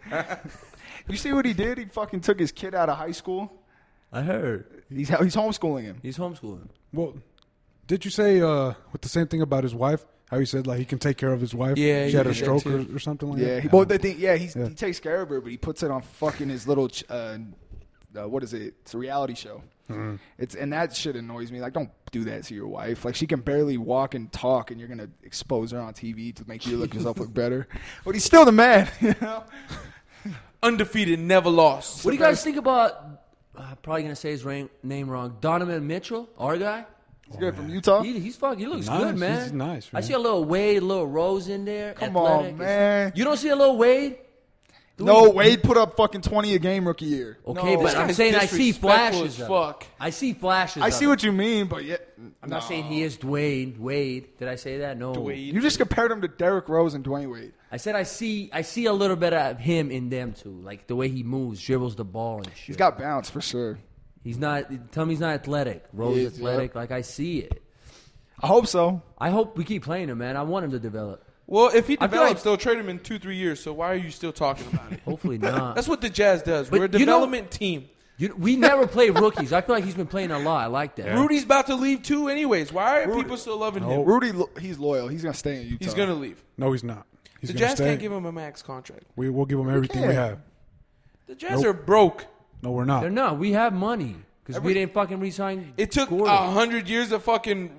You see what he did? He fucking took his kid out of high school.
I heard
He's he's homeschooling him.
he's homeschooling.
Well, did you say uh, with the same thing about his wife? How he said like he can take care of his wife.
Yeah,
she
you
had a
did that
stroke or,
too.
or something like
Yeah,
that. Oh.
he, well, the thing, yeah, he's, he takes care of her, but he puts it on fucking his little, ch- uh, uh, what is it? It's a reality show.
Mm-hmm.
It's and that shit annoys me. Like, don't do that to your wife. Like, she can barely walk and talk, and you're gonna expose her on TV to make you look yourself look better. But he's still the man. You know?
Undefeated, never lost.
What do you guys think about? I'm probably gonna say his rain, name wrong. Donovan Mitchell, our guy.
He's good from Utah.
He, Oh, he's fuck. He looks
Nice,
good, man.
he's nice,
I
man.
see a little Wade, a little Rose in there.
Come on,
athletic.
man.
You don't see a little Wade? Dude.
no, Wade put up fucking twenty a game rookie year.
Okay,
No, this
but I'm
guy's
saying I see
disrespectful
flashes.
as
of it.
fuck.
I see flashes.
I
of
see
it.
what you mean, but yeah,
I'm not saying he is Dwayne. Wade. Did I say that? No.
Dwayne.
you just compared him to Derrick Rose and Dwayne Wade.
I said I see. I see a little bit of him in them too, like the way he moves, dribbles the ball and shit.
He's got bounce for sure.
He's not. Tell me he's not athletic. Rose
He is,
athletic.
yep.
Like I see it.
I hope so.
I hope we keep playing him, man. I want him to develop.
Well, if he
I feel
develops,
like-
they'll trade him in two, three years. So why are you still talking about it?
Hopefully not.
That's what the Jazz does.
But
We're a
you know-
development team.
You, we never play rookies. I feel like he's been playing a lot. I like that.
Rudy's about to leave too, anyways. Why are people still loving
Oh.
him?
Rudy, lo- he's loyal. He's gonna stay in Utah.
He's gonna leave.
No, he's not. He's
The
gonna
Jazz
stay.
can't give him a max contract.
We will give him everything we
can't.
have.
The Jazz are broke.
No, we're not.
They're not. We have money because we didn't fucking resign.
It took
Gordon.
a hundred years of fucking,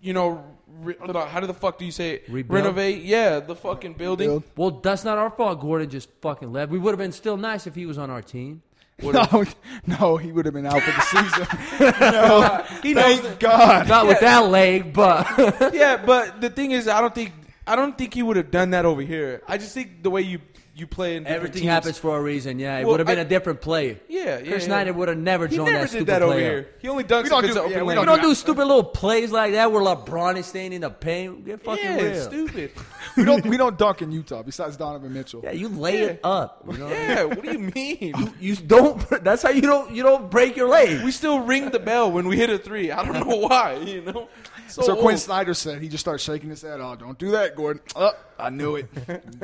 you know, re- how do the fuck do you say it?
Rebuild?
Renovate? Yeah, the fucking building.
Build.
well, that's not our fault. Gordon just fucking left. We would have been still nice if he was on our team.
No, no, he would have been out for the season. no,
He knows
thank
that-
God.
Not with that leg, but
yeah, but the thing is, I don't think I don't think he would have done that over here. I just think the way you you play in different
everything
teams-
happens for a reason. Yeah, it
Well,
would have been
I-
a different play.
Yeah, yeah.
Chris
yeah.
Snyder would have never
He
drawn
never
that
did
stupid
that over
play
here.
up.
He only dunks
We don't
if it's
do-
an open
yeah, we
lane.
We don't do stupid little plays like that where LeBron is staying in the paint. Get fucking
yeah,
real.
stupid.
We don't we don't dunk in Utah. Besides Donovan Mitchell,
Yeah, you lay it up. You, know?
yeah, what do you mean?
you don't. That's how you don't. You don't break your leg.
We still ring the bell when we hit a three. I don't know why, you know. So,
so Quinn
old.
Snyder said he just started shaking his head. Oh, don't do that, Gordon. Oh, I knew it.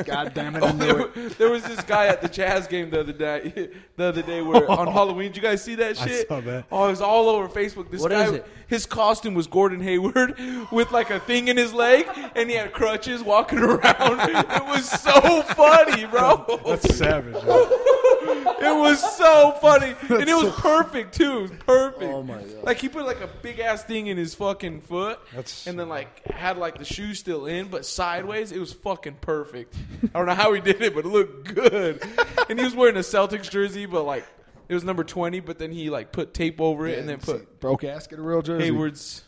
God damn it, I knew it.
there was this guy at the Jazz game the other day. The other day, where on Halloween, did you guys see that
I
shit?
saw that.
Oh, it was all over Facebook. This
What
guy,
is it?
his costume was Gordon Hayward with like a thing in his leg, and he had crutches walking around. it was so funny, bro.
That's savage. Bro.
It was so funny, and it was perfect too. It was perfect.
Oh, my God.
Like he put like a big ass thing in his fucking foot,
That's-
and then like had like the shoe still in, but sideways. It was fucking perfect. I don't know how he did it, but it looked good. and he was wearing a Celtics jersey, but like it was number twenty. But then he like put tape over it, and then put
broke ass get a real jersey.
Hayward's.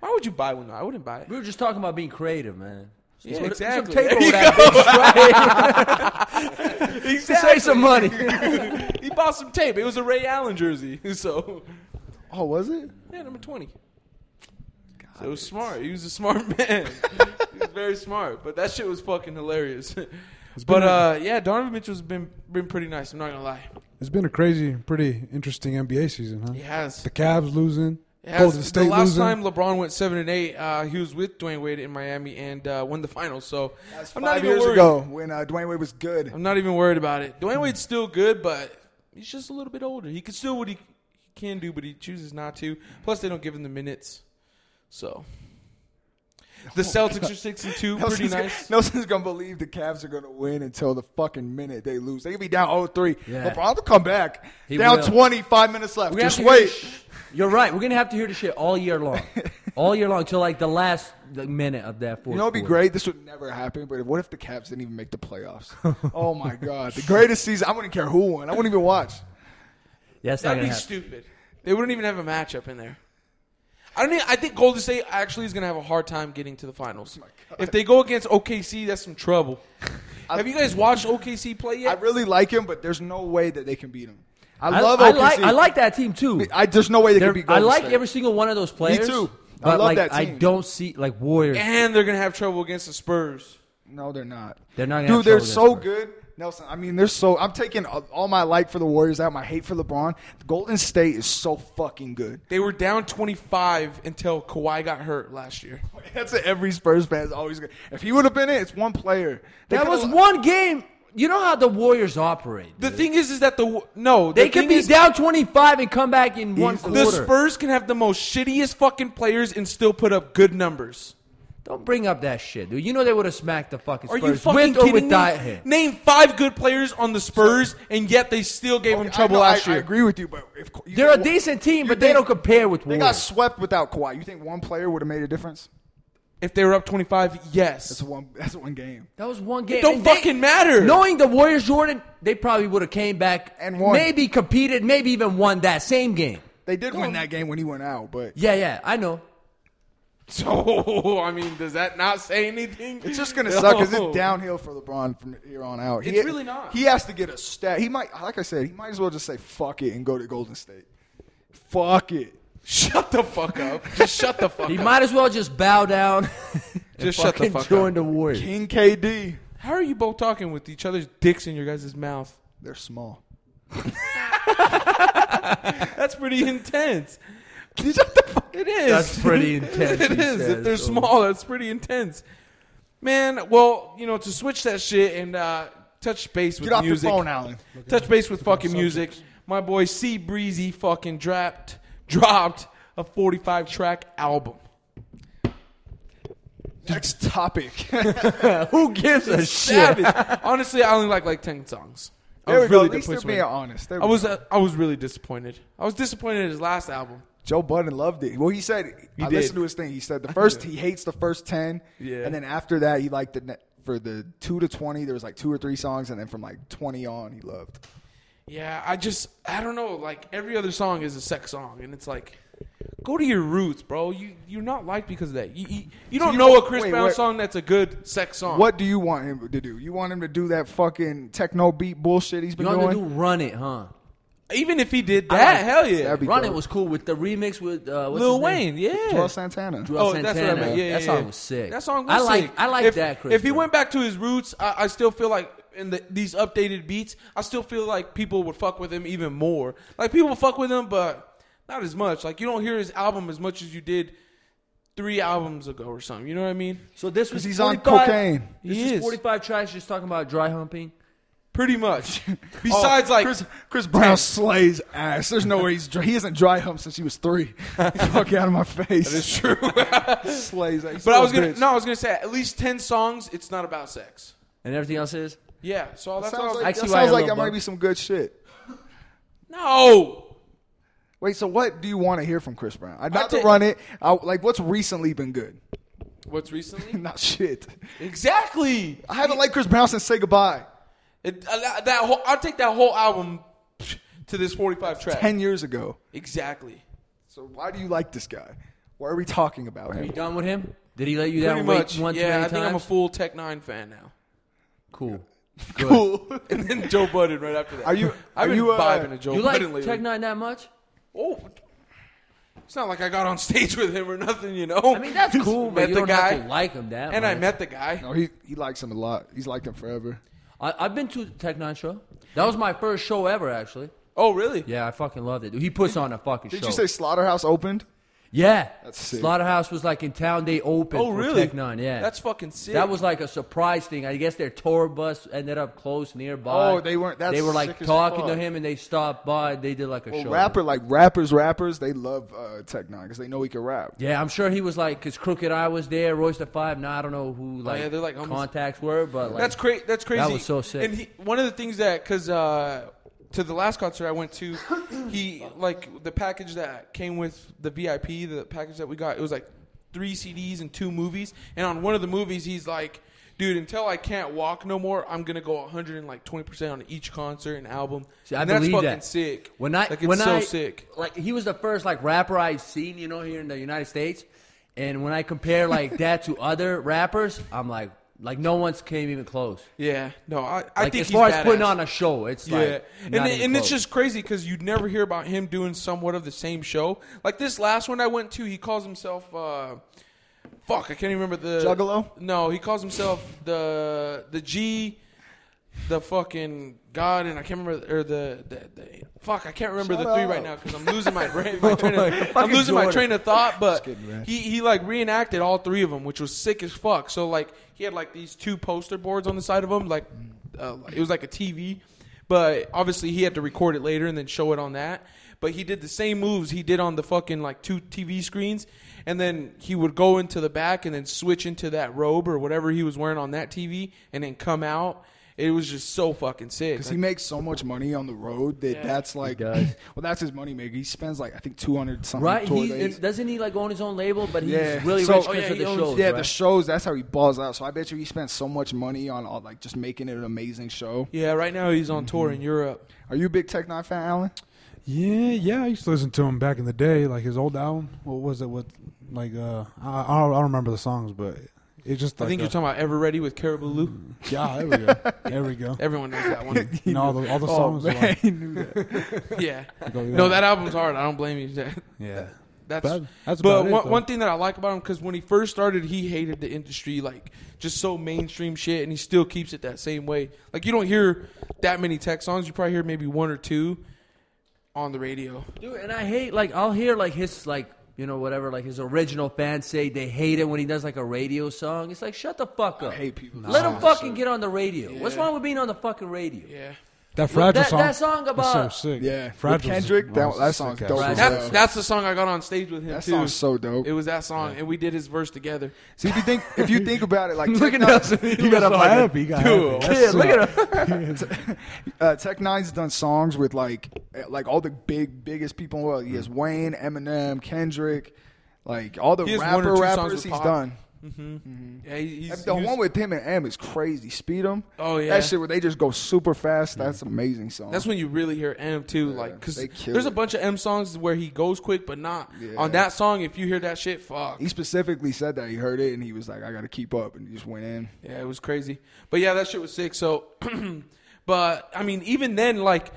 Why would you buy one? though? I wouldn't buy it.
We were just talking about being creative, man.
Yeah,
Some-
exactly.
Some tape
There
over
you
that bitch, right? Save some money.
He bought some tape. It was a Ray Allen jersey, so
Oh, was it?
Yeah, number 20. So it was smart. He was a smart man. he was very smart. But that shit was fucking hilarious. but uh, yeah, Donovan Mitchell's been been pretty nice. I'm not gonna lie.
It's been a crazy, pretty interesting NBA season, huh?
He has.
The Cavs losing.
It has-
Golden State
the last
losing.
time LeBron went seven and eight, uh, he was with Dwayne Wade in Miami and uh, won the finals. So
That's
I'm
five
not even
years
worried.
ago when uh, Dwayne Wade was good.
I'm not even worried about it. Dwayne Wade's still good, but he's just a little bit older. He can still what he, he can do, but he chooses not to. Plus, they don't give him the minutes. So the Celtics are six and two, pretty
Oh Nelson's, gonna-
nice.
Nelson's gonna believe the Cavs are gonna win until the fucking minute they lose. They could be down 0-3.
Yeah.
LeBron will come back.
He
down
will.
25 minutes left.
We're gonna
Just
have to hear
wait.
this sh- You're right. We're gonna have to hear this shit all year long, all year long till like the last like, minute of that fourth.
You know, it'd be
quarter.
great. This would never happen. But what if the Cavs didn't even make the playoffs? oh my God, the greatest season! I wouldn't care who won. I wouldn't even watch.
Yeah, that's not
That'd be
gonna happen.
stupid. They wouldn't even have a matchup in there. I don't. Even, I think Golden State actually is going to have a hard time getting to the
Oh
finals. if they go against OKC, that's some trouble. have you guys watched OKC play
I
yet?
really like him, but there's no way that they can beat him. I,
I,
love
I
OKC.
like I like that team too.
I, there's no way they
They're-
can beat
I
Golden
like
State.
every single one of those players.
too. I
But
love
like
that
I
team.
don't see like Warriors.
and they're going to have trouble against the Spurs.
No, they're not.
They're not gonna have
Dude, they're
trouble
so
against
good. Nelson, I mean, they're so. I'm taking all my like for the Warriors out, my hate for LeBron. Golden State is so fucking good.
They were down 25 until Kawhi got hurt last year.
That's what every Spurs fan is always good. If he would have been in, it's one player. They
That
could've-
was one game. You know how the Warriors operate.
The thing is, is that the no, the
They could
thing
be
is,
down 25 and come back in one
Easily.
quarter.
The Spurs can have the most shittiest fucking players and still put up good numbers.
Don't bring up that shit, dude. You know they would have smacked the fucking
Are
Spurs
you fucking
with or
kidding
without
me?
him.
Name five good players on the Spurs, and yet they still gave them
I
trouble
know, I-
last
I,
year.
agree with you, but if you
They're a
think-
decent team,
you
but they
think-
don't compare with
They got
Warriors.
swept without Kawhi. You think one player would have made a difference?
If they were up 25, yes.
That's one. That's one game.
That was one game.
don't
And they-
fucking matter.
Knowing the Warriors, Jordan, they probably would have came back
And won.
maybe competed, maybe even won that same game.
They did win that game when he went out, but
Yeah, yeah, I know.
So, I mean, does that not say anything?
It's just gonna suck because
No.
it's downhill for LeBron from here on out. He,
It's really not.
He has to get a stat. He might, like I said, he might as well just say fuck it and go to Golden State. Fuck it.
Shut the fuck up. Just shut the fuck
He
up.
might as well just bow down.
Just shut the
and
fuck
join
up.
the Warriors.
King KD.
How are you both talking with each other's dicks in your guys' mouth?
They're small.
That's pretty intense. Shut the fuck. It is.
That's pretty intense,
it
he
is.
says.
If they're small, that's pretty intense. Man, well, you know, to switch that shit and uh, touch base with
Get off your
music.
phone, Allen.
Touch base with fucking music. My boy C Breezy fucking dropped dropped a 45 track album.
Next topic.
Who gives a shit?
Savage. Honestly, I only like like 10 songs. I
There we
was
go.
really
At least they're
disappointed.
being honest. There
I
we
was
go.
uh, I was really disappointed. I was disappointed in his last album.
Joe Budden loved it. Well, he said
He
I
did.
listened to his thing. He said the first he hates the first ten,
Yeah.
and then after that he liked the ne- for the two to twenty. There was like two or three songs, and then from like twenty on, he loved.
Yeah, I just I don't know. Like every other song is a sex song, and it's like, go to your roots, bro. You you're not liked because of that. You you, you don't
you
know a
want-
Chris
wait,
Brown
what-
song that's a good sex song.
What do you want him to do? You want him to do that fucking techno beat bullshit he's
You
been
want
doing?
to do run it, huh?
Even if he did that,
like-
hell yeah,
That'd be
Run
dope.
It was cool with the remix with uh, what's
Lil
his name?
Wayne, yeah.
Joel Santana.
Joel
Oh, that's what I
Santana.
meant. Yeah, yeah,
that song
yeah.
was sick.
That song was
I like,
sick.
I like
if,
that. Chris
if he
Brown.
went back to his roots, I, I still feel like in the, these updated beats, I still feel like people would fuck with him even more. Like people fuck with him, but not as much. Like you don't hear his album as much as you did three albums ago or something. You know what I mean?
so this was
Because he's on
45
cocaine.
This
He
is
is.
45 tracks just talking about dry humping.
Pretty much.
Oh,
Besides, like
Chris, Chris Brown slays ass. There's no way he's dry. he hasn't dry humped since he was three. Fuck out of my face. That is true. slays ass.
But I was gonna no, I was gonna say at least ten songs. It's not about sex.
And everything else is?
Yeah. So that's
sounds
all. I was
like,
I
like,
see
that
why
sounds
I
like
love
that might
Buck.
be some good shit.
no.
Wait, so what do you want to hear from Chris Brown? I
I
not
did-
to run it. I, like, what's recently been good?
What's recently?
Not shit.
exactly.
I haven't liked Chris Brown since "Say Goodbye"
It, uh, that that whole, I'll take that whole album to this forty-five track.
ten years ago.
Exactly.
So why do you like this guy? Why are we talking about
You
him?
done with him? Did he let you
Pretty
down way
much.
one too
yeah,
many
I think I'm a
times?
full Tech Nine fan now.
Cool.
Cool.
And then Joe Budden right after that.
Are you-
I've
are
been
you, uh,
vibing to Joe
You like
Budden lately.
Tech Nine that much?
oh. It's not like I got on stage with him or nothing, you know.
I mean, that's cool, but
Met
you
the
don't
guy,
have to like him that
and I
much.
met the guy.
no, he he likes him a lot. He's liked him forever.
I, I've been to the Tech Nine show. That was my first show ever, actually.
Oh, really?
Yeah, I fucking loved it. dude. He puts on a fucking
Did
show.
you say Slaughterhouse opened?
yeah.
That's sick.
Slaughterhouse was like in town. They opened
Oh,
for
really?
Tech Nine. Yeah.
That's fucking sick.
That was like a surprise thing. I guess their tour bus ended up close nearby.
Oh, they weren't- that's
they were like
sick as
talking to
fuck.
him, and they stopped by. and They did like a
Well,
show.
rapper like rappers, rappers, they love uh, Tech Nine because they know he can rap.
Yeah, I'm sure he was like, cause Crooked Eye was there, Royce the Five. Now I don't know who like,
Oh, yeah, they're like homies.
contacts were, but like
That's crazy. That's crazy.
was so sick.
And he, one of the things that, because uh, to the last concert I went to, he like the package that came with the VIP, the package that we got, it was like three CDs and two movies. And on one of the movies, he's like, dude, until I can't walk no more, I'm gonna go 100 and like 20 percent on each concert and album.
See, I
and
believe
that's fucking
that.
sick.
When I
like it's
when
so
I,
sick.
Like he was the first like rapper I've seen, you know, here in the United States. And when I compare like that to other rappers, I'm like, like no one's came even close.
Yeah, no, I, I
Like
think
as far
he's
as putting
badass.
on a show, it's
Yeah,
like
and
not
it-
even
and it's
close.
just crazy because you'd never hear about him doing somewhat of the same show. Like this last one I went to, he calls himself. Uh, fuck, I can't even remember the
Juggalo?
No, he calls himself the the G, the fucking God, and I can't remember or the, the, the fuck, I can't remember
Shut
the three
up.
right now because I'm losing my brain. My train of, I'm
Oh fucking
losing my
Jordan.
train of thought, but
kidding, man.
he he like reenacted all three of them, which was sick as fuck. So like he had like these two poster boards on the side of him, like uh, it was like a TV, but obviously he had to record it later and then show it on that. But he did the same moves he did on the fucking like two TV screens, and then he would go into the back and then switch into that robe or whatever he was wearing on that TV, and then come out. It was just so fucking sick.
Because he makes so much money on the road that that's like,
does.
well, that's his money maker. He spends like I think two hundred something
right.
tour
He
days.
and doesn't he like own his own label, but he's
yeah,
really
so, Oh,
rich because
yeah,
of
he
the
owns-
shows.
yeah,
right?
the shows. That's how he balls out. So I bet you he spent so much money on all, like just making it an amazing show.
yeah, right now he's on tour in Europe.
Are you a big Tech Nine fan, Alan?
Yeah, yeah. I used to listen to him back in the day, like his old album. What was it? What like uh, I I don't, I don't remember the songs, but it's just.
I
Like
think
a- Mm.
you're talking about Ever Ready with Caribou Lou.
Yeah, there we go. There we go.
Everyone knows that one.
And all the all the
Oh,
songs. are like,
he knew that.
Yeah.
go, yeah.
No, that album's hard. I don't blame you.
yeah.
That's
But that's
but
about it,
one,
though.
one thing that I like about him because when he first started, he hated the industry, like just so mainstream shit, and he still keeps it that same way. Like you don't hear that many tech songs. You probably hear maybe one or two on the radio.
Dude, and I hate like I'll hear like his like you know whatever like his original fans say they hate it when he does like a radio song. It's like shut the fuck up.
hate people that
Let
say
him
that
fucking get on the radio. What's wrong with being on the fucking radio?
Yeah,
That fragile
that-
song.
that song about-
that's so sick.
Yeah, with
Fragile's-
Kendrick. That,
oh,
that
sick
song's
ass
dope.
song.
as
that's
hell.
that's the song I got on stage with him
That
too.
song's so dope.
It was that song, and we did his verse together.
See, if you think if you think about it, like
Look
Tech
at
Nine-
Nelson.
He got up happy. He got happy. That's
Kid, look at him.
uh, Tech Nine's done songs with like eh, like all the big biggest people in the world. He has Wayne, Eminem, Kendrick, like all the
He has one
rapper
or two songs
rappers
with
he's
Pac.
done.
Yeah, he- he's,
the
he was-
one with him and M is crazy. Speed 'em.
Oh, yeah.
that shit where they just go super fast. That's amazing song.
That's when you really hear M too, like 'cause
they
like because
kill
there's a
it.
bunch of M songs where he goes quick, but not
Yeah.
on that song. If you hear that shit, fuck,
he specifically said that he heard it and he was like, "I got to keep up," and he just went in.
Yeah, it was crazy. But yeah, that shit was sick. So, but I mean, even then, like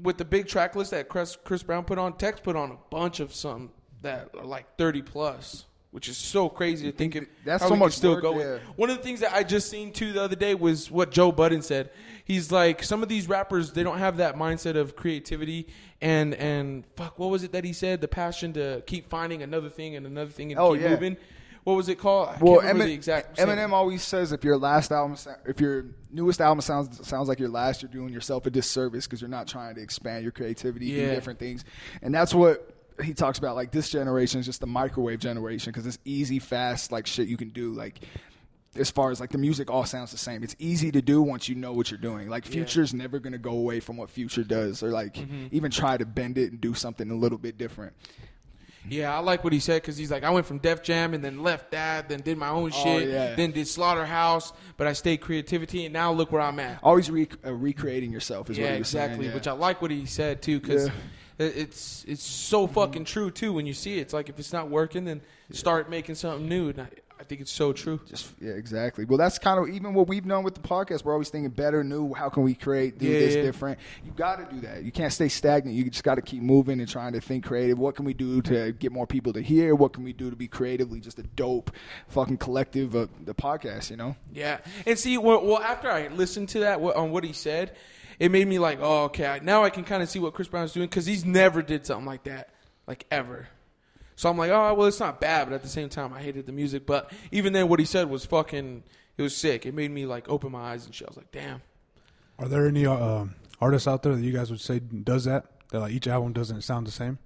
with the big track list that Chris, Chris Brown put on, Tex put on a bunch of some that are like thirty plus, which is so crazy to think of.
that's
how
so
we
much
could still
work,
go.
yeah.
One of the things that I just seen too the other day was what Joe Budden said. He's like, some of these rappers they don't have that mindset of creativity and and fuck, what was it that he said? The passion to keep finding another thing and another thing and
Oh,
keep
yeah.
moving. What was it called? I can't
Well,
remember
Emin-
the exact same-
Eminem always says if your last album, sou- if your newest album sounds sounds like your last, you're doing yourself a disservice because you're not trying to expand your creativity, do
Yeah.
different things, and that's what he talks about. Like this generation is just the microwave generation because it's easy, fast, like shit you can do, like. As far as like the music all sounds the same. It's easy to do once you know what you're doing. Like future's never gonna go away from what future does or like
Mm-hmm.
even try to bend it and do something a little bit different.
Yeah, I like what he said because he's like, I went from Def Jam and then left that, then did my own shit,
Oh, yeah.
then did Slaughterhouse, but I stayed creativity, and now look where I'm at.
Always re- uh, recreating yourself is
yeah,
what he was saying,
exactly.
yeah.
Which I like what he said too because
Yeah. Mm-hmm.
it's it's so fucking true too. When you see it, it's like if it's not working, then start making something new. And I, I think it's so true.
Just yeah, exactly. Well, that's kind of even what we've done with the podcast. We're always thinking better, new. How can we create, do
Yeah,
this
yeah.
different? You got to do that. You can't stay stagnant. You just got to keep moving and trying to think creative. What can we do to get more people to hear? What can we do to be creatively just a dope fucking collective of the podcast? You know,
Yeah, and see, well, well after I listened to that what, on what he said, it made me like, oh, okay, I- now I can kind of see what Chris Brown's doing because he's never did something like that, like ever. So I'm like, oh, well, it's not bad, but at the same time, I hated the music. But even then, what he said was fucking, it was sick. It made me like open my eyes and shit. I was like, damn.
Are there any uh, um, artists out there that you guys would say does that? That like each album doesn't sound the same.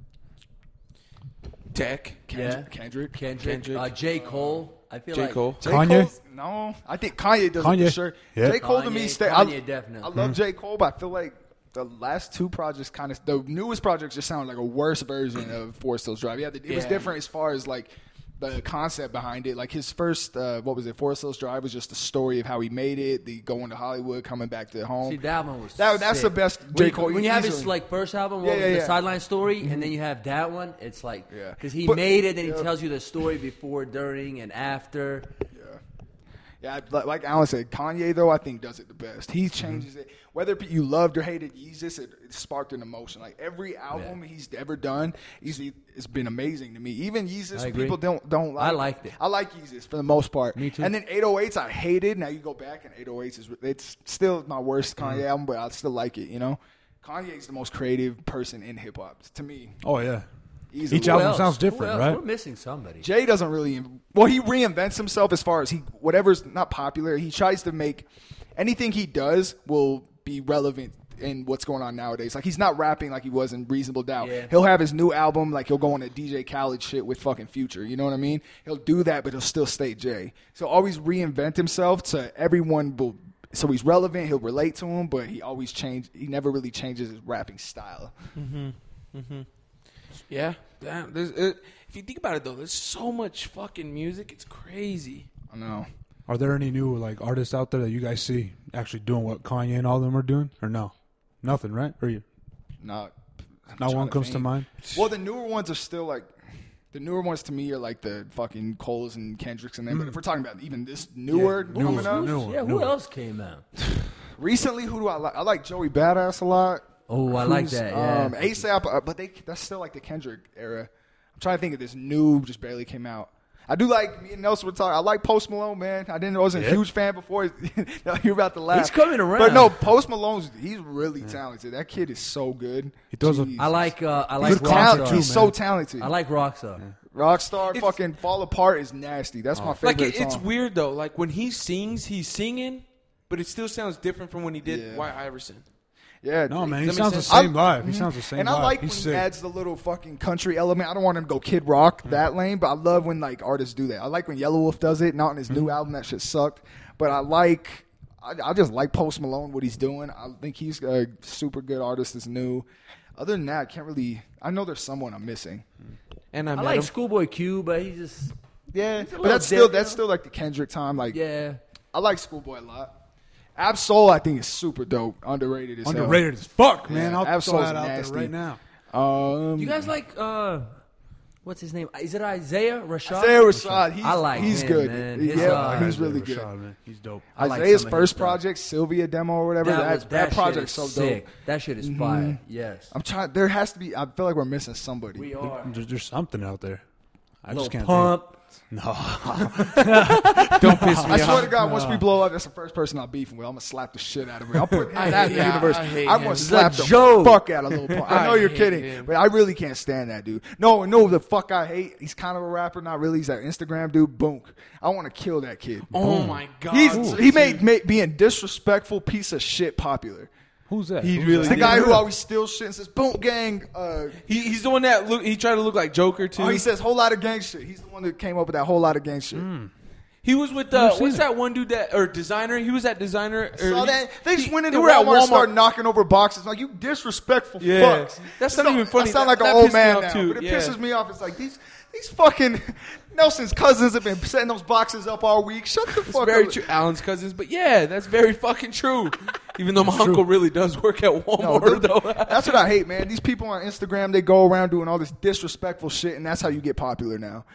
Tech.
Kendrick. Kendrick.
Kendrick,
Kendrick.
Uh, J. Cole. I feel
J.
like
Cole.
J.
Kanye?
Cole's- no, I think Kanye does it
Kanye.
for sure.
Yeah.
J. Cole to me,
Kanye-
stay, I,
Kanye definitely.
I love J. Cole, but I feel like the last two projects kind of the newest projects just sound like a worse version of Forest Hills Drive. Yeah, it was
Yeah.
different as far as like the concept behind it. Like his first, uh, what was it, Forest Hills Drive was just the story of how he made it, the going to Hollywood, coming back to home.
See, that one was
That- that's
sick.
the best
When
J.
you-
Cole
When you have his
easily.
like first album, what
Yeah,
was
yeah,
it, the
yeah.
sideline story, and then you have that one, it's like
Yeah.
because he
But-
made it, then
yeah.
he tells you the story before, during, and after.
Yeah, I- like, like Alan said, Kanye though I think does it the best.
Mm-hmm.
He changes it. Whether you loved or hated Yeezus, it, it sparked an emotion. Like every album he's ever done, he's, it's been amazing to me. Even Yeezus,
I agree.
people don't don't like.
I liked it.
I like Yeezus for the most part.
Me too.
And then 808s, I hated. Now you go back and 808s is it's still my worst Kanye
Mm-hmm.
album, but I still like it. You know, Kanye's the most creative person in hip hop to me.
Oh yeah.
Easily.
Each album
Who else?
sounds
Who
different,
else?
right?
We're missing somebody.
Jay doesn't really. Well, he reinvents himself as far as he whatever's not popular. He tries to make anything he does will be relevant in what's going on nowadays. Like he's not rapping like he was in Reasonable Doubt.
Yeah.
He'll have his new album like he'll go on a DJ Khaled shit with fucking Future. You know what I mean? He'll do that, but he'll still stay Jay. So always reinvent himself to everyone. Will, so he's relevant. He'll relate to him, but he always change. He never really changes his rapping style.
Yeah. Damn, there's, it, if you think about it, though, there's so much fucking music. It's crazy.
I know.
Are there any new like artists out there that you guys see actually doing what Kanye and all them are doing, or no? Nothing, right? Or you?
Not. I'm
Not
trying
one comes to
think.
mind?
Well, the newer ones are still like. The newer ones to me are like the fucking Coles and Kendricks and them. But if we're talking about even this newer
Mm. newer,
coming up,
newer.
yeah, who
newer.
else came out?
recently, who do I like? I like Joey Badass a lot.
Oh, I like that. Yeah.
Um, ASAP, uh, but they that's still like the Kendrick era. I'm trying to think of this new just barely came out. I do like me and Nelson were talking. I like Post Malone, man. I didn't I wasn't a huge fan before. now you're about to laugh.
He's coming around.
but no, Post Malone's he's really talented. That kid is so good.
He throws a-
Jesus.
I like uh, I like
He's, talented.
Rockstar.
he's so talented.
I like Rockstar.
Rockstar fucking fall apart is nasty. That's my favorite
Like, it, it's
song.
weird, though. Like, when he sings, he's singing, but it still sounds different from when he did
Yeah.
Why Iverson.
Yeah,
No man, he
Does that make
sounds the
sense?
same
I'm-
live. He sounds the same.
Mm-hmm. And I
live.
like when
He's
he
sick.
adds the little fucking country element. I don't want him to go Kid Rock that lane, but I love when like artists do that. I like when Yellow Wolf does it. Not in his new album, that shit sucked. But I like, I, I just like Post Malone what he's doing. I think he's a super good artist. That's new. Other than that, I can't really. I know there's someone I'm missing.
And I,
I
met
like
him.
Schoolboy Q, but he just
Yeah,
a
but
little
that's still
different.
that's still like the Kendrick time. Like,
yeah.
I like Schoolboy a lot. Absol, I think is super dope, underrated as hell.
underrated as fuck, man.
Yeah,
I'll throw
Absol's
that out
nasty.
there right now.
Um,
You guys like uh, what's his name? Is it Isaiah Rashad?
Isaiah Rashad, he's,
I like
he's
him,
good.
man.
Yeah,
His, uh,
he's really good.
man. He's dope.
I like
Isaiah's
some of his
first
stuff.
project, Sylvia demo or whatever.
That,
That,
was,
that,
that,
project's
shit
so
is sick.
dope. Mm-hmm.
That shit is fire. Yes,
I'm trying. There has to be. I feel like we're missing somebody.
we are.
There's, there's something out there. I
Little
just can't.
pump.
Think. No,
Don't piss me
I swear
off.
to God, once we blow up, that's the first person I'm beefing with. I'm gonna slap the shit out of him. I'll put him
I
in that
hate- yeah,
universe.
I hate
I'm
him.
gonna
He's
slap
a
the
joke.
fuck out of Lil Pump. I know
I
you're
hate
kidding,
him.
but I really can't stand that dude. No, no, the fuck I hate. He's kind of a rapper, not really. He's that Instagram dude, Boonk. I want to kill that kid.
Oh, my God.
He's, he made, made being disrespectful piece of shit popular.
who's that?
He
Who's
really
It's the
did.
guy who always steals shit and says "boom gang." Uh,
He, he's the one that look. He tried to look like Joker too.
oh, he says whole lot of gang shit. He's the one that came up with that whole lot of gang shit.
He was with uh, what's that one dude that or designer? He was that designer. Or
Saw that? They just
he-
went
they
into
were at
Walmart, and started knocking over boxes. Like you disrespectful
Yeah.
fucks.
That's
So-
not even funny.
I sound like
That- that
an old
pissed me
man
off,
now,
too.
but it
Yeah.
pisses me off. It's like these these fucking Nelson's cousins have been setting those boxes up all week. Shut the
It's
fuck
very
up.
true. Alan's cousins, but yeah, that's very fucking true. Even though my uncle really does work at
No,
Walmart,
dude,
though.
that's what I hate, man. These people on Instagram, they go around doing all this disrespectful shit, and that's how you get popular now.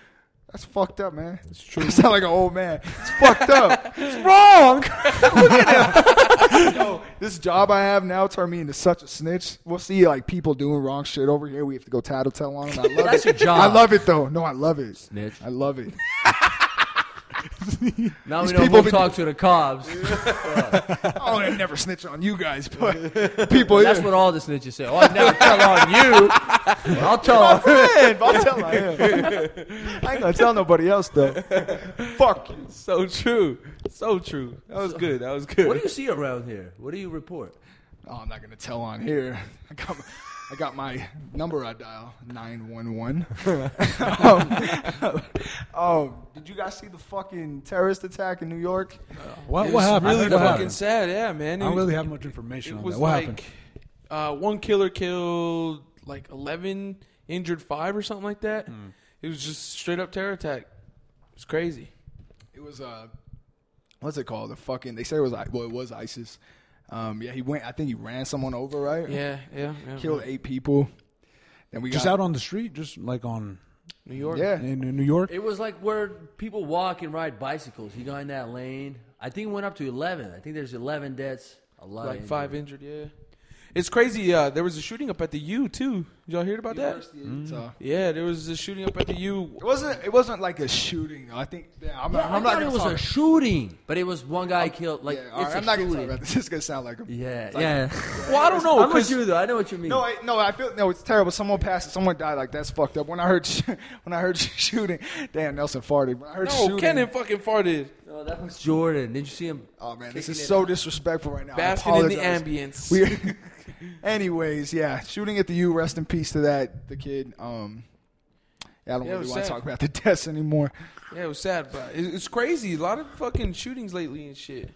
That's fucked up, man. It's true. I sound like an old man. It's fucked up. It's wrong. Look at him. Yo, this job I have now turned me into such a snitch. We'll see, like people doing wrong shit over here. We have to go tattletale on them. I love
That's
it.
your job.
I love it though. No, I love it.
Snitch.
I love it.
Now
These
we know
people
we'll
been-
talk to the cops.
Oh, I never snitch on you guys, but people.
That's
here.
what all the snitches say. Oh, I never tell on you. But I'll tell on
friend. but I'll tell I am. I ain't gonna tell nobody else though. Fuck you.
so true, so true. That was good. That was good.
What do you see around here? What do you report?
Oh, I'm not gonna tell on here. I got, my, I got my number. I dial nine one one. Oh, did you guys see the fucking terrorist attack in New York?
What,
It
what
was
happened?
Really
what
fucking
happened?
sad. Yeah, man.
I
It
don't
was-
really have much information
It
on
was
that. What happened?
like uh, one killer killed like eleven, injured five or something like that. It was just straight up terror attack. It was crazy.
It was uh, what's it called? The fucking they say it was I- well, it was ISIS. Um, yeah, he went. I think he ran someone over, right?
Yeah, yeah, yeah.
killed eight people. And we
Just
got,
out on the street, just like on
New York.
yeah.
in, in New York.
It was like where people walk and ride bicycles. He got in that lane. I think it went up to eleven. I think there's eleven deaths. A lot.
Like
of
five injured, yeah. It's crazy. Uh, there was a shooting up at the U too. Y'all heard about that?
University of
Mm.
Utah.
Yeah, there was a shooting up at the U.
It wasn't. It wasn't like a shooting. I think. Yeah, I'm,
Yeah,
not.
i
I'm
thought
not gonna
it was
talk.
a shooting, but it was one guy killed. Like
yeah, all
it's
right,
a
I'm not gonna
shooting.
talk about this. It's gonna sound like a
Yeah,
it's like-
yeah.
Well, I don't know.
I'm with
'cause-
you though. I know what you mean.
No, I, no, I feel no. It's terrible. Someone passed. Someone died. Like that's fucked up. When I heard, sh- when I heard sh- shooting, damn Nelson farted. When I heard
no,
shooting,
Kenan fucking farted.
No, that was Jordan. Did you see him?
Oh man, this
Kicking
is
it
so disrespectful right now. I
Basking in the
apologize.
ambience.
We, anyways, yeah, shooting at the U. Rest in peace to that the kid. Um, yeah, I don't
Yeah, it
really
was
want to
sad.
talk about the deaths anymore.
Yeah, it was sad, but it- it's crazy. A lot of fucking shootings lately and shit.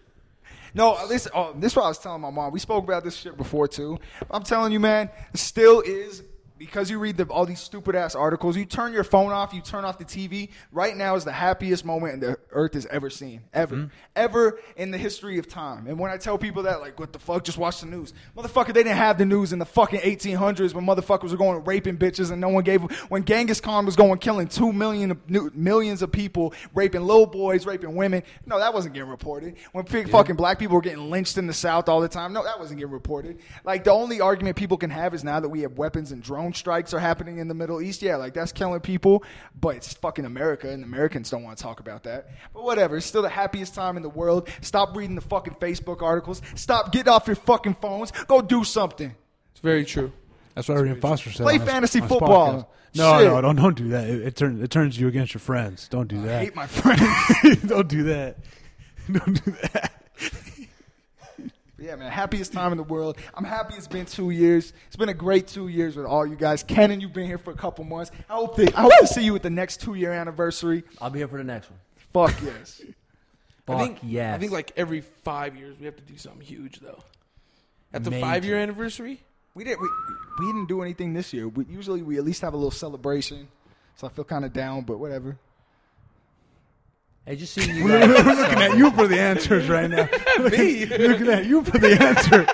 No, at least oh, this is what I was telling my mom. We spoke about this shit before too. I'm telling you, man, it still is because you read the, all these stupid ass articles. You turn your phone off, you turn off the TV. Right now is the happiest moment the earth has ever seen, ever, ever in the history of time. And when I tell people that, like, what the fuck, just watch the news, motherfucker. They didn't have the news in the fucking 1800s when motherfuckers were going raping bitches and no one gave. When Genghis Khan was going killing two million of new- millions of people, raping little boys, raping women. No, that wasn't getting reported. When big fucking black people were getting lynched in the South all the time. No, that wasn't getting reported. Like the only argument people can have is now that we have weapons and drone strikes are happening in the Middle East. Yeah, like that's killing people, but it's fucking America and Americans don't want to talk about that. But whatever, it's still the happiest time in the world. Stop reading the fucking Facebook articles. Stop getting off your fucking phones. Go do something.
It's very true.
That's what Arian Foster said.
Play
on his-
fantasy
on his
football.
podcast. No,
Shit.
no, don't don't do that. It, it turns it turns you against your friends. Don't do
I
that.
hate my friends.
don't do that. Don't do that.
Yeah, man. Happiest time in the world. I'm happy it's been two years. It's been a great two years with all you guys. Ken and you've been here for a couple months. I hope, that, I hope to see you at the next two year anniversary.
I'll be here for the next one.
Fuck yes.
Fuck
I think
yes.
I think like every five years we have to do something huge though. At the
Major.
five year anniversary,
we didn't we, we didn't do anything this year. We, usually we at least have a little celebration. So I feel kind of down, but whatever.
Hey, just seeing you. guys.
Looking at you for the answers right now.
me.
Looking at you for the answer.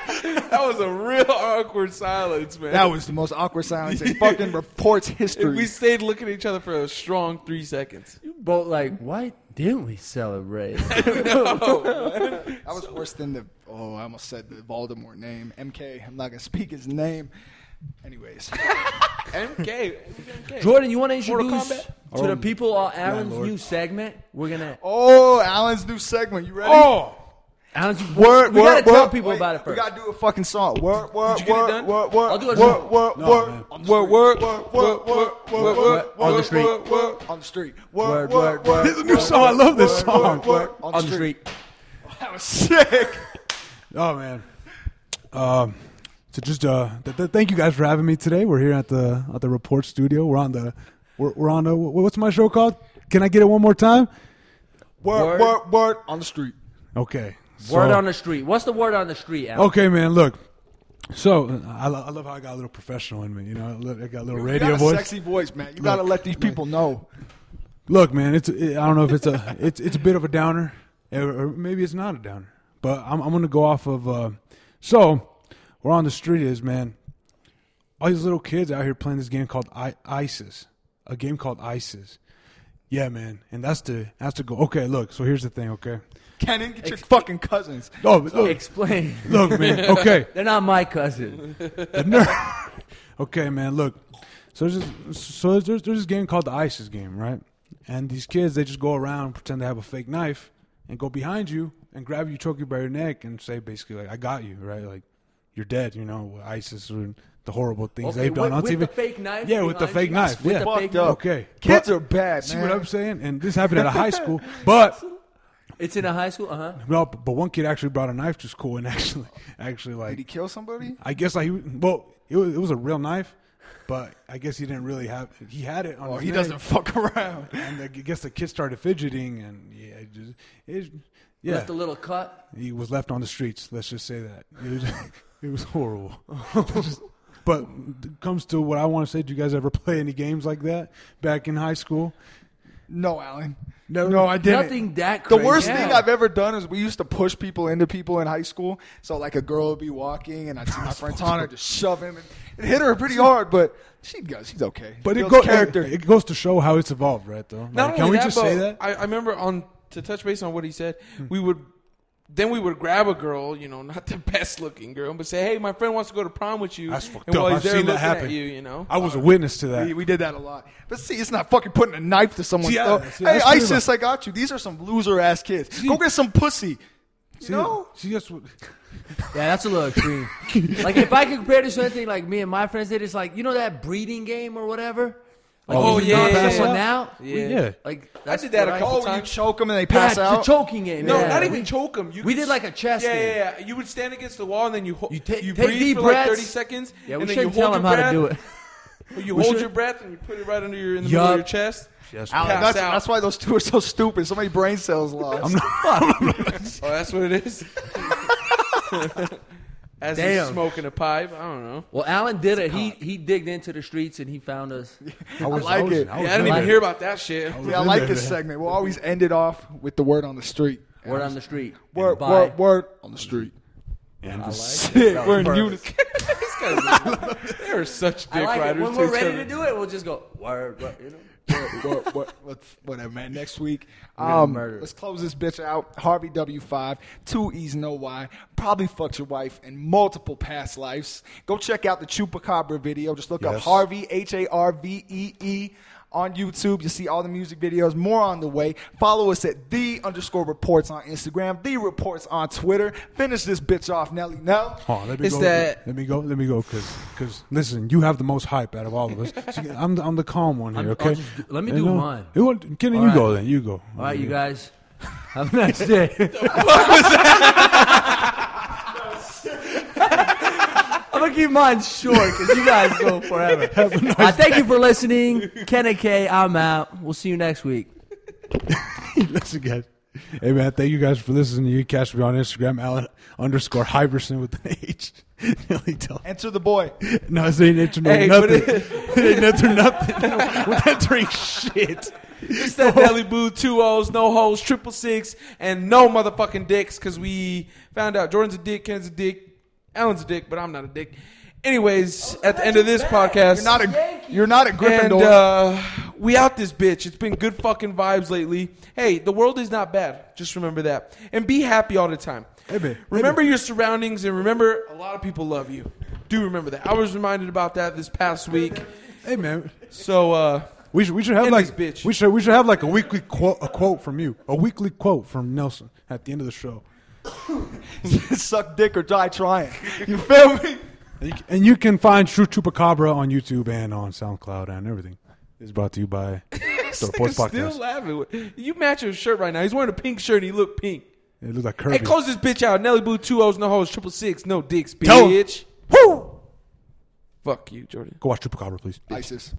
that was a real awkward silence, man.
That was the most awkward silence in fucking reports history.
we stayed looking at each other for a strong three seconds.
You both like,
Mm-hmm.
why didn't we celebrate?
I was worse than the oh, I almost said the Voldemort name. MK. I'm not gonna speak his name. Anyways,
MK, MK.
Jordan, you want to
Mortal
introduce
Kombat?
to the people uh, Alan's
Landlord.
new segment? We're gonna
oh, Alan's new segment. You ready?
Oh,
Alan's
Word,
we
word,
gotta tell
word.
people
Wait,
about it first.
We gotta do a fucking song. Word, word,
you get it
word,
done?
word,
I'll
word,
do it
word,
now.
word,
No,
word,
man.
Work, work,
word,
work,
word,
work,
word, word,
work, work,
word,
on the street.
word, word, on the street.
Word, word, word.
This is a new song. I love this
word,
song.
word, word,
on the street.
That was sick.
Oh man. Um, so just uh, th- th- thank you guys for having me today. We're here at the at the Report Studio. We're on the we're, we're on the wh- what's my show called? Can I get it one more time?
Word,
Word.
word, word, on the street.
Okay. so-
Word on the street. What's the word on the street, Alan?
Okay, man. Look. So I, lo- I love how I got a little professional in me. You know, I lo- I got a little
You
radio
got a
voice.
sexy voice, man. You gotta
Look,
let these people know.
Look, man, it's it, I don't know if it's a it's it's a bit of a downer, eh, or, or maybe it's not a downer. But I'm I'm gonna go off of uh, so we're on the street is man, all these little kids out here playing this game called I- ISIS, a game called ISIS. Yeah, man, and that's the that's the goal. Okay, look, so here's the thing. Okay,
Kenan, get your fucking cousins.
oh but look,
Explain.
look, man. Okay,
They're not my cousin.
the ner- okay, man. Look, so there's this, so there's, there's this game called the ISIS game, right? And these kids they just go around pretend they have a fake knife and go behind you and grab you, choke you by your neck, and say basically like, "I got you," right? Like you're dead. You know, ISIS and the horrible things
Okay,
they've done
with-
on
with
TV.
the fake knife
Yeah, with the
behind
fake
you?
knife.
With
yeah.
the
Fucked
fake-
up.
Okay,
Kids
But-
are bad,
See
man.
what I'm saying? And this happened at a high school, but
It's in a high school, uh huh.
no, but one kid actually brought a knife to school and actually, actually like
Did he kill somebody?
I guess like he well, it was, it was a real knife, but I guess he didn't really have. He had it on.
Oh,
his
he
neck,
doesn't fuck around.
And the, I guess the kid started fidgeting, and yeah, it just it, yeah,
Left a little cut.
he was left on the streets. Let's just say that it was, it was horrible. But it comes to what I want to say. Do you guys ever play any games like that back in high school?
No, Alan. No, no, I didn't.
Nothing that
The
crazy.
worst
Yeah.
thing I've ever done is we used to push people into people in high school. So like a girl would be walking, and I'd see my friend Tana just shove him. And it hit her pretty hard, but she goes, she's okay.
But it,
Builds
go,
character.
It, it goes to show how it's evolved, right? Though,
Not only
Like, can we
that,
just
but
say that? Hmm.
I, I remember on to touch base on what he said. We would then we would grab a girl, you know, not the best looking girl, but say, "Hey, my friend wants to go to prom with you."
That's fucked
and
up.
while he's
I've
there
seen that
looking at
happen.
You, you know,
I was a witness to that.
we, we did that a lot. But see, it's not fucking putting a knife to someone's
Yeah,
throat.
see,
hey,
that's pretty
ISIS, I got you. These are some loser ass kids. Go get some pussy. You
See,
know?
see, that's what.
Yeah, that's a little extreme. like if I could compare this to anything like me and my friends did, it's like you know that breeding game or whatever. Like,
Oh,
if you
yeah,
knock
yeah,
someone
yeah.
out.
Yeah.
Yeah.
Like
I
that's
did that
what
a
I-
couple
Oh, you
times.
choke them and they
Yeah,
pass
it's a
out.
choking game.
No,
yeah.
not even
We-
choke him. You
we
could
did like a chest
Yeah,
game.
yeah, yeah. You would stand against the wall and then you hold.
You
You,
ta-
you
take
breathe
deep
for
breaths.
like thirty seconds.
Yeah, we
and then
should
you hold
tell him
your
how to
breath,
do it.
You hold
should-
your breath and you put it right under your in the middle
Yup.
of your chest.
Alan,
Pass
that's,
out.
that's why those two are so stupid. So many brain cells lost.
Oh, that's what it is. As he's
Damn.
smoking a pipe, I don't know.
Well, Alan did it. He he digged into the streets and he found us.
I, was,
like
was-
it.
Yeah,
was
I didn't
in
even
there.
hear about that shit.
yeah, I like this segment. We'll always end it off with the word on the street.
Word on the street.
Word,
Bye.
word, word on the street.
And the
Shit, we're in unison.
These guys- they are such dick
I like it.
riders.
When we're
each
ready
other.
to do it, we'll just go word. word you know?
What- what- what- what's- whatever, man. Next week, um,
murder.
let's close this bitch out. Harvey W5, two E's, no Y. Probably fucked your wife in multiple past lives. Go check out the Chupacabra video. Just look up
Yes.
Harvey, H A R V E E. On YouTube, you see all the music videos, more on the way. Follow us at the underscore reports on Instagram, the reports on Twitter. Finish this bitch off, Nelly. No?
Hold on, let me
It's
go.
that-
Let me go. Let me go. Cause, 'cause, listen, you have the most hype out of all of us. See, I'm, the, I'm the calm one
I'm-
here.
I'll
Okay.
just do- let me
You
do
know,
mine.
You want, Kenny,
All
you
right.
go then. You go.
All right, you guys. Have a nice day. I'm gonna keep mine short because you guys go forever. Uh, thank you for listening, Ken and K. I'm out. We'll see you next week.
listen, guys. Hey man, thank you guys for listening. You can catch me on Instagram, Alan underscore Hyverson with an H. Nearly tell.
Enter the boy.
No, it ain't internet
Hey, but
nothing.
it-
It, ain't nothing nothing. With that drink shit.
It's that deli boo, two O's, no holes, triple six, and no motherfucking dicks, because we found out Jordan's a dick, Ken's a dick, Alan's a dick, but I'm not a dick. Anyways, at the end of this podcast,
You're not a, you're not a
and
Gryffindor.
uh, we out this bitch. It's been good fucking vibes lately. Hey, the world is not bad. Just remember that, and be happy all the time.
Hey, man.
Remember your surroundings, and remember a lot of people love you. Do remember that. I was reminded about that this past week.
Hey man,
So uh,
we should we should have
End
like
this bitch.
we should we should have like a weekly quote a quote from you a weekly quote from Nelson at the end of the show.
Suck dick or die trying. You feel me?
And you, can- and you can find True Chupacabra on YouTube and on SoundCloud and everything. It's brought to you by the Sports
Nigga's Still
Podcast.
laughing. with- You match his shirt right now. He's wearing a pink shirt. and He look pink.
It looks like
Hey,
Kirby.
close this bitch out. Nelly Boo, two O's, no hoes, triple six, no dicks,
Tell him.
bitch.
Woo!
Fuck you, Jordan.
Go watch Chupacabra, please.
ISIS.